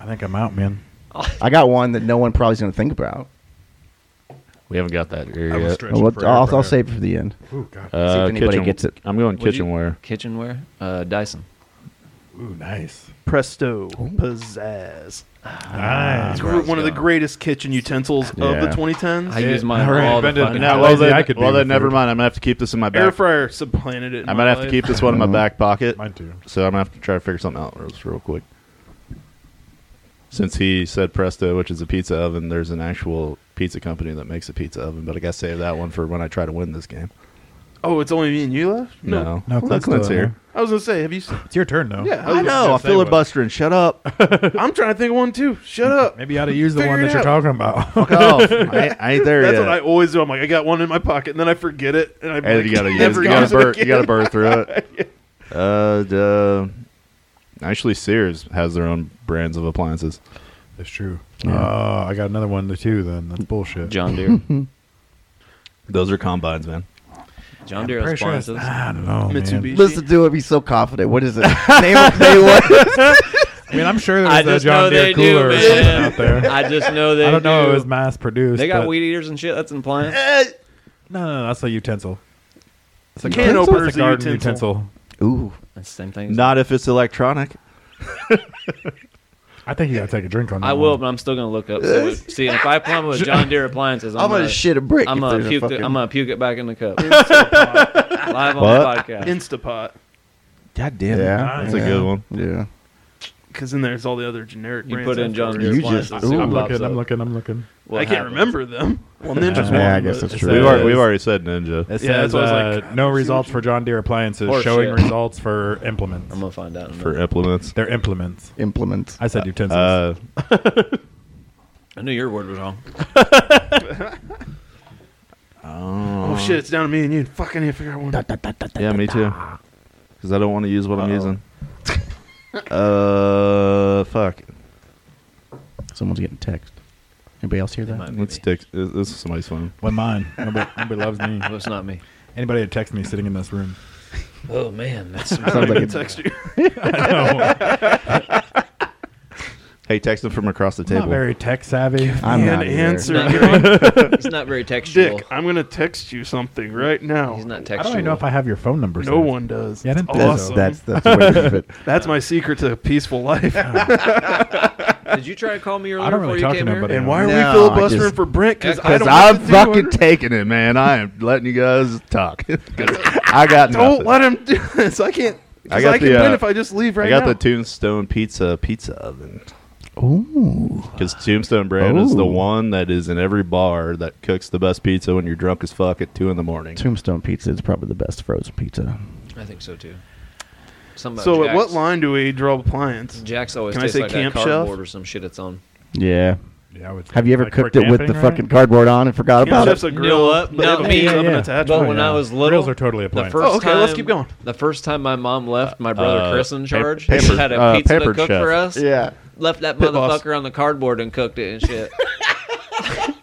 I think I'm out, man. I got one that no one probably's going to think about. We haven't got that here I was yet. stretching Well, for air I'll, I'll fryer. save it for the end. Ooh, God. Uh, See if anybody kitchen- gets it. I'm going Would you- kitchenware. Kitchenware? Uh, Dyson. Ooh, nice. Presto, pizzazz. Nice. It's gr- one of the greatest kitchen utensils of the Yeah. 2010s. I use mine alright, all the Brendan, fucking now time. how well, lazy then, I could be well, then with never food. mind. I'm gonna have to keep this in my Air back. fryer supplanted it. in I my might have to life. keep this one in my back pocket. Mine too. So I'm gonna have to try to figure something out real- real quick. Since he said Presto, which is a pizza oven, there's an actual pizza company that makes a pizza oven, but I gotta save that one for when I try to win this game. Oh, it's only me and you left. No, No, Well, Clint's Clint's still here. I was gonna say, have you? s- It's your turn, though. Yeah, I know. I'm filibustering. Shut up. I'm trying to think of one too. Shut up. Maybe you ought to use the Figure one it that you're out. talking about. Fuck off. Oh, I, I ain't there That's yet. what I always do. I'm like, I got one in my pocket, and then I forget it, and I and like, you gotta use, never you gotta use it burn, you again. gotta burn through it. Uh, duh. actually, Sears has their own brands of appliances. That's true. Yeah. Uh, I got another one to two. Then that's bullshit. John Deere. Those are combines, man. John Deere Pretty sure it's- appliances. I don't know, man. Mitsubishi. Listen to him. He's so confident. What is it? name, name one. I mean, I'm sure I there's a just know John Deere they do, cooler or something man. out there. I just know they I don't know. do. It was mass produced. They got but- weed eaters and shit. That's in plan. No, no, no. That's a utensil. It's a Can garden- opener's it's a a garden utensil. utensil. Ooh, That's the same thing. as- Not if it's electronic. I think you gotta take a drink on that. I will, one. but I'm still gonna look up. So, it- see, if I plumb with John Deere appliances, I'm, I'm gonna shit a brick. I'm if gonna there's a puke. fucking- it, I'm gonna puke it back in the cup. Live on What? the podcast. Instapot, God damn it. yeah, Ah, That's yeah, a good one. Yeah. because in there's all the other generic You brands. put in after John it. Deere You appliances. just- see what ooh. I'm pops looking. I'm up. looking. I'm looking. What I can't happens. remember them. Well, Ninja's Yeah, one. I guess but- that's It true. We've says- already, we've already said Ninja. It says, Yeah, that's what I was uh, no results for John Deere appliances. Or showing shit. results for implements. I'm gonna find out. in a for minute. implements. They're implements. Implements. I said utensils. Uh, I knew your word was wrong. Oh shit! It's down to me and you. Fuck, I need to figure out one. yeah, me too. Because I don't want to use what I'm using. Uh, fuck. Someone's getting text. Anybody else hear that? Might be Let's me. stick. This this is somebody's phone. When mine. Nobody, nobody loves me. No, it's not me. Anybody that texts me sitting in this room. Oh man, that's I Sounds don't like even it- text you. Hey, text them from across the I'm not table. very tech savvy. I'm and not either. answer. me. Not it's not very textual. Dick, I'm gonna text you something right now. He's not I textual. don't even know if I have your phone number. no saved. one does. Yeah, I didn't It's think so. That's, awesome. that's that's the way to do it. That's my secret to a peaceful life. Did you try to call me earlier I don't before really you talk to came here? nobody. and why are No, I we filibustering just- for Brent? Because Yeah, I don't. I'm know what to do fucking on- taking it, man. I am letting you guys talk. 'Cause I got Don't nothing. let him do this. I can't. I I, got I can the, win uh, if I just leave right I got now. the Tombstone Pizza pizza oven Ooh. because Tombstone brand is the Ooh. one that is in every bar that cooks the best pizza when you're drunk as fuck at two in the morning. Tombstone pizza is probably the best frozen pizza. I think so too. Something about so at what Jack's. line do we draw appliance? Jack's always Can I tastes say like camp that shelf? cardboard or some shit it's on. Yeah. Yeah, I would say Have you ever like for cooked it with the camping, right? fucking cardboard on and forgot Yeah, about Jeff's it? a You know grill, but what? they have Not a me. pizza Yeah, oven yeah. attached. But Oh, when yeah. I was little, Grills are totally the appliances. first Oh, okay, let's time- keep going. The first time my mom left my brother uh, Chris in pam- charge, pampered- she had a uh, pizza to pampered cook chef. for us. Yeah. Left that Pit motherfucker boss. on the cardboard and cooked it and shit.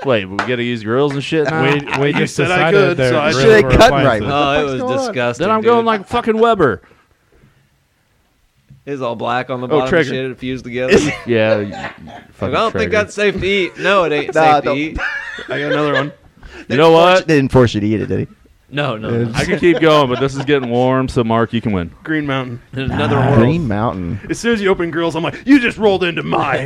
Wait, we gotta use grills and shit. now? We, we just said I decided could, they're so I grills should have were cut right. appliances. oh, it fuck's going was on? disgusting. then I'm dude. going like fucking Weber. it's all black Oh, on the bottom. and Trigger. shit it fused together. Like, Yeah. you- you I fucking don't think traitor. that's safe to eat. No, it ain't Nah, safe to don't- eat. I got another one. You know what? They didn't force you to eat it, did he? No, no, no. I can keep going, but this is getting warm, so Mark, you can win. Green Mountain. another Ah, world. Green Mountain. As soon as you open grills, I'm like, you just rolled into my.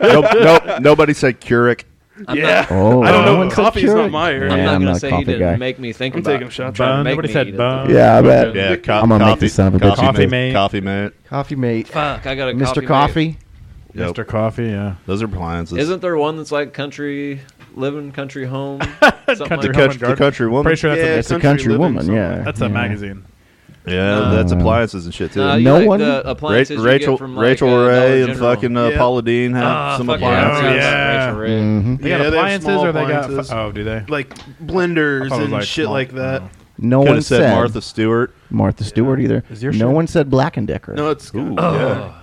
nope, nope. Nobody said Keurig. I'm yeah. Oh, I don't know. no one said Coffee's not Keurig. my area. not, I'm Yeah, not I'm gonna not a say he coffee didn't guy. make me think I'm about. taking a shot. trying to Bun. make Nobody me eat said it. bun. Yeah, I bet. Yeah, co- I'm gonna make coffee, this son of a bitch coffee, Coffee mate. mate. Coffee mate. Coffee mate. Fuck, I got a Mr. mate. Coffee. Yep. Mr. Coffee, yeah. Those are appliances. Isn't there one that's like country living, country home? something the, Country like home. that? country, the country woman? Pretty sure that's Yeah, a, It's a Country country living woman, somewhere. yeah. that's yeah. a magazine. yeah, Uh, that's appliances and shit too. No, you No like one- the Ra- appliances you Rachel, get from, like, Rachel uh, Dollar Ray and General. fucking uh, Yeah. Paula Dean have Ah, some fuck appliances. appliances. yeah. Oh, Yeah. Rachel Ray. Mhm. They Yeah, got they have appliances small or they appliances. got. Oh, do they? Like blenders I was and like shit small- Oh, like that. no. No Could one have said, Martha Stewart. Martha Stewart either. Is your no shit- one said Black and Decker. No, it's Ooh, good. Oh,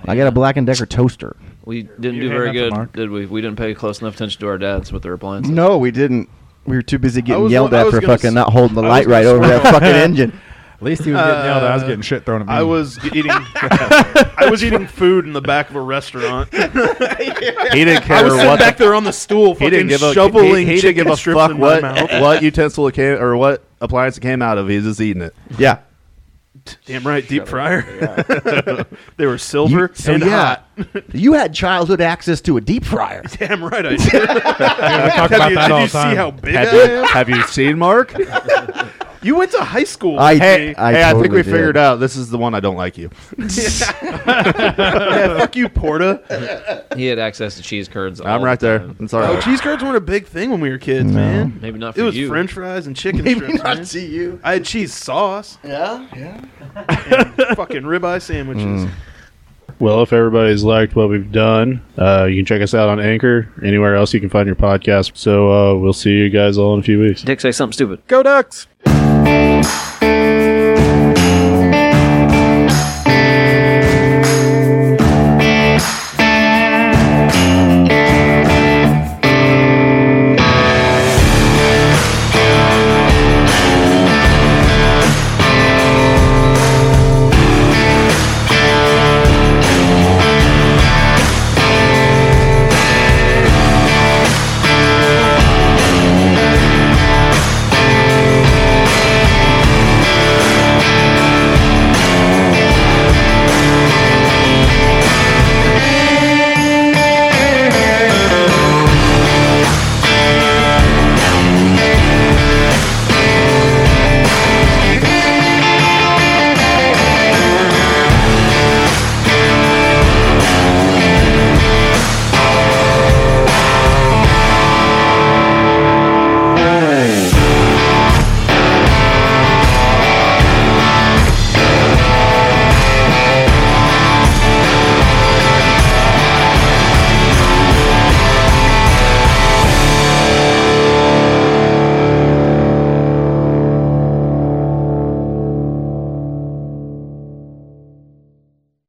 yeah. I got a Black and Decker toaster. We didn't You do hang very up the good, mark. did we? We didn't pay close enough attention to our dads with their appliances. No, we didn't. We were too busy I getting was- yelled I at was for gonna fucking s- not holding the I was light gonna right over that swear. fucking engine. At least he was getting yelled at. I was Uh, getting shit thrown at me. I was eating. I was eating food in the back of a restaurant. He didn't I care was sitting what. back The, there on the stool, he fucking didn't give a shoveling He, he didn't chicken give a strips fuck in what my mouth. what utensil it came or what appliance it came out of. He's just eating it. Yeah. Damn right, deep fryer. they were silver You- so and yeah, hot. you had childhood access to a deep fryer. Damn right, I did. I talk Have about you, that did all you the time. see how big I Have you, am? have you seen Mark? You went to high school. with I- me. hey, I think totally we did. figured out this is the one I don't like you. yeah, fuck you, Porta. He had access to cheese curds. all I'm right the there. time. It's all Oh, right. cheese curds weren't a big thing when we were kids, man. Maybe not for It was you. French fries and chicken strips. man. you. I had cheese sauce, Yeah, yeah. fucking ribeye sandwiches. Well, if everybody's liked what we've done, uh, you can check us out on Anchor, anywhere else you can find your podcast. So uh, we'll see you guys all in a few weeks. Dick, say something stupid. Go Ducks!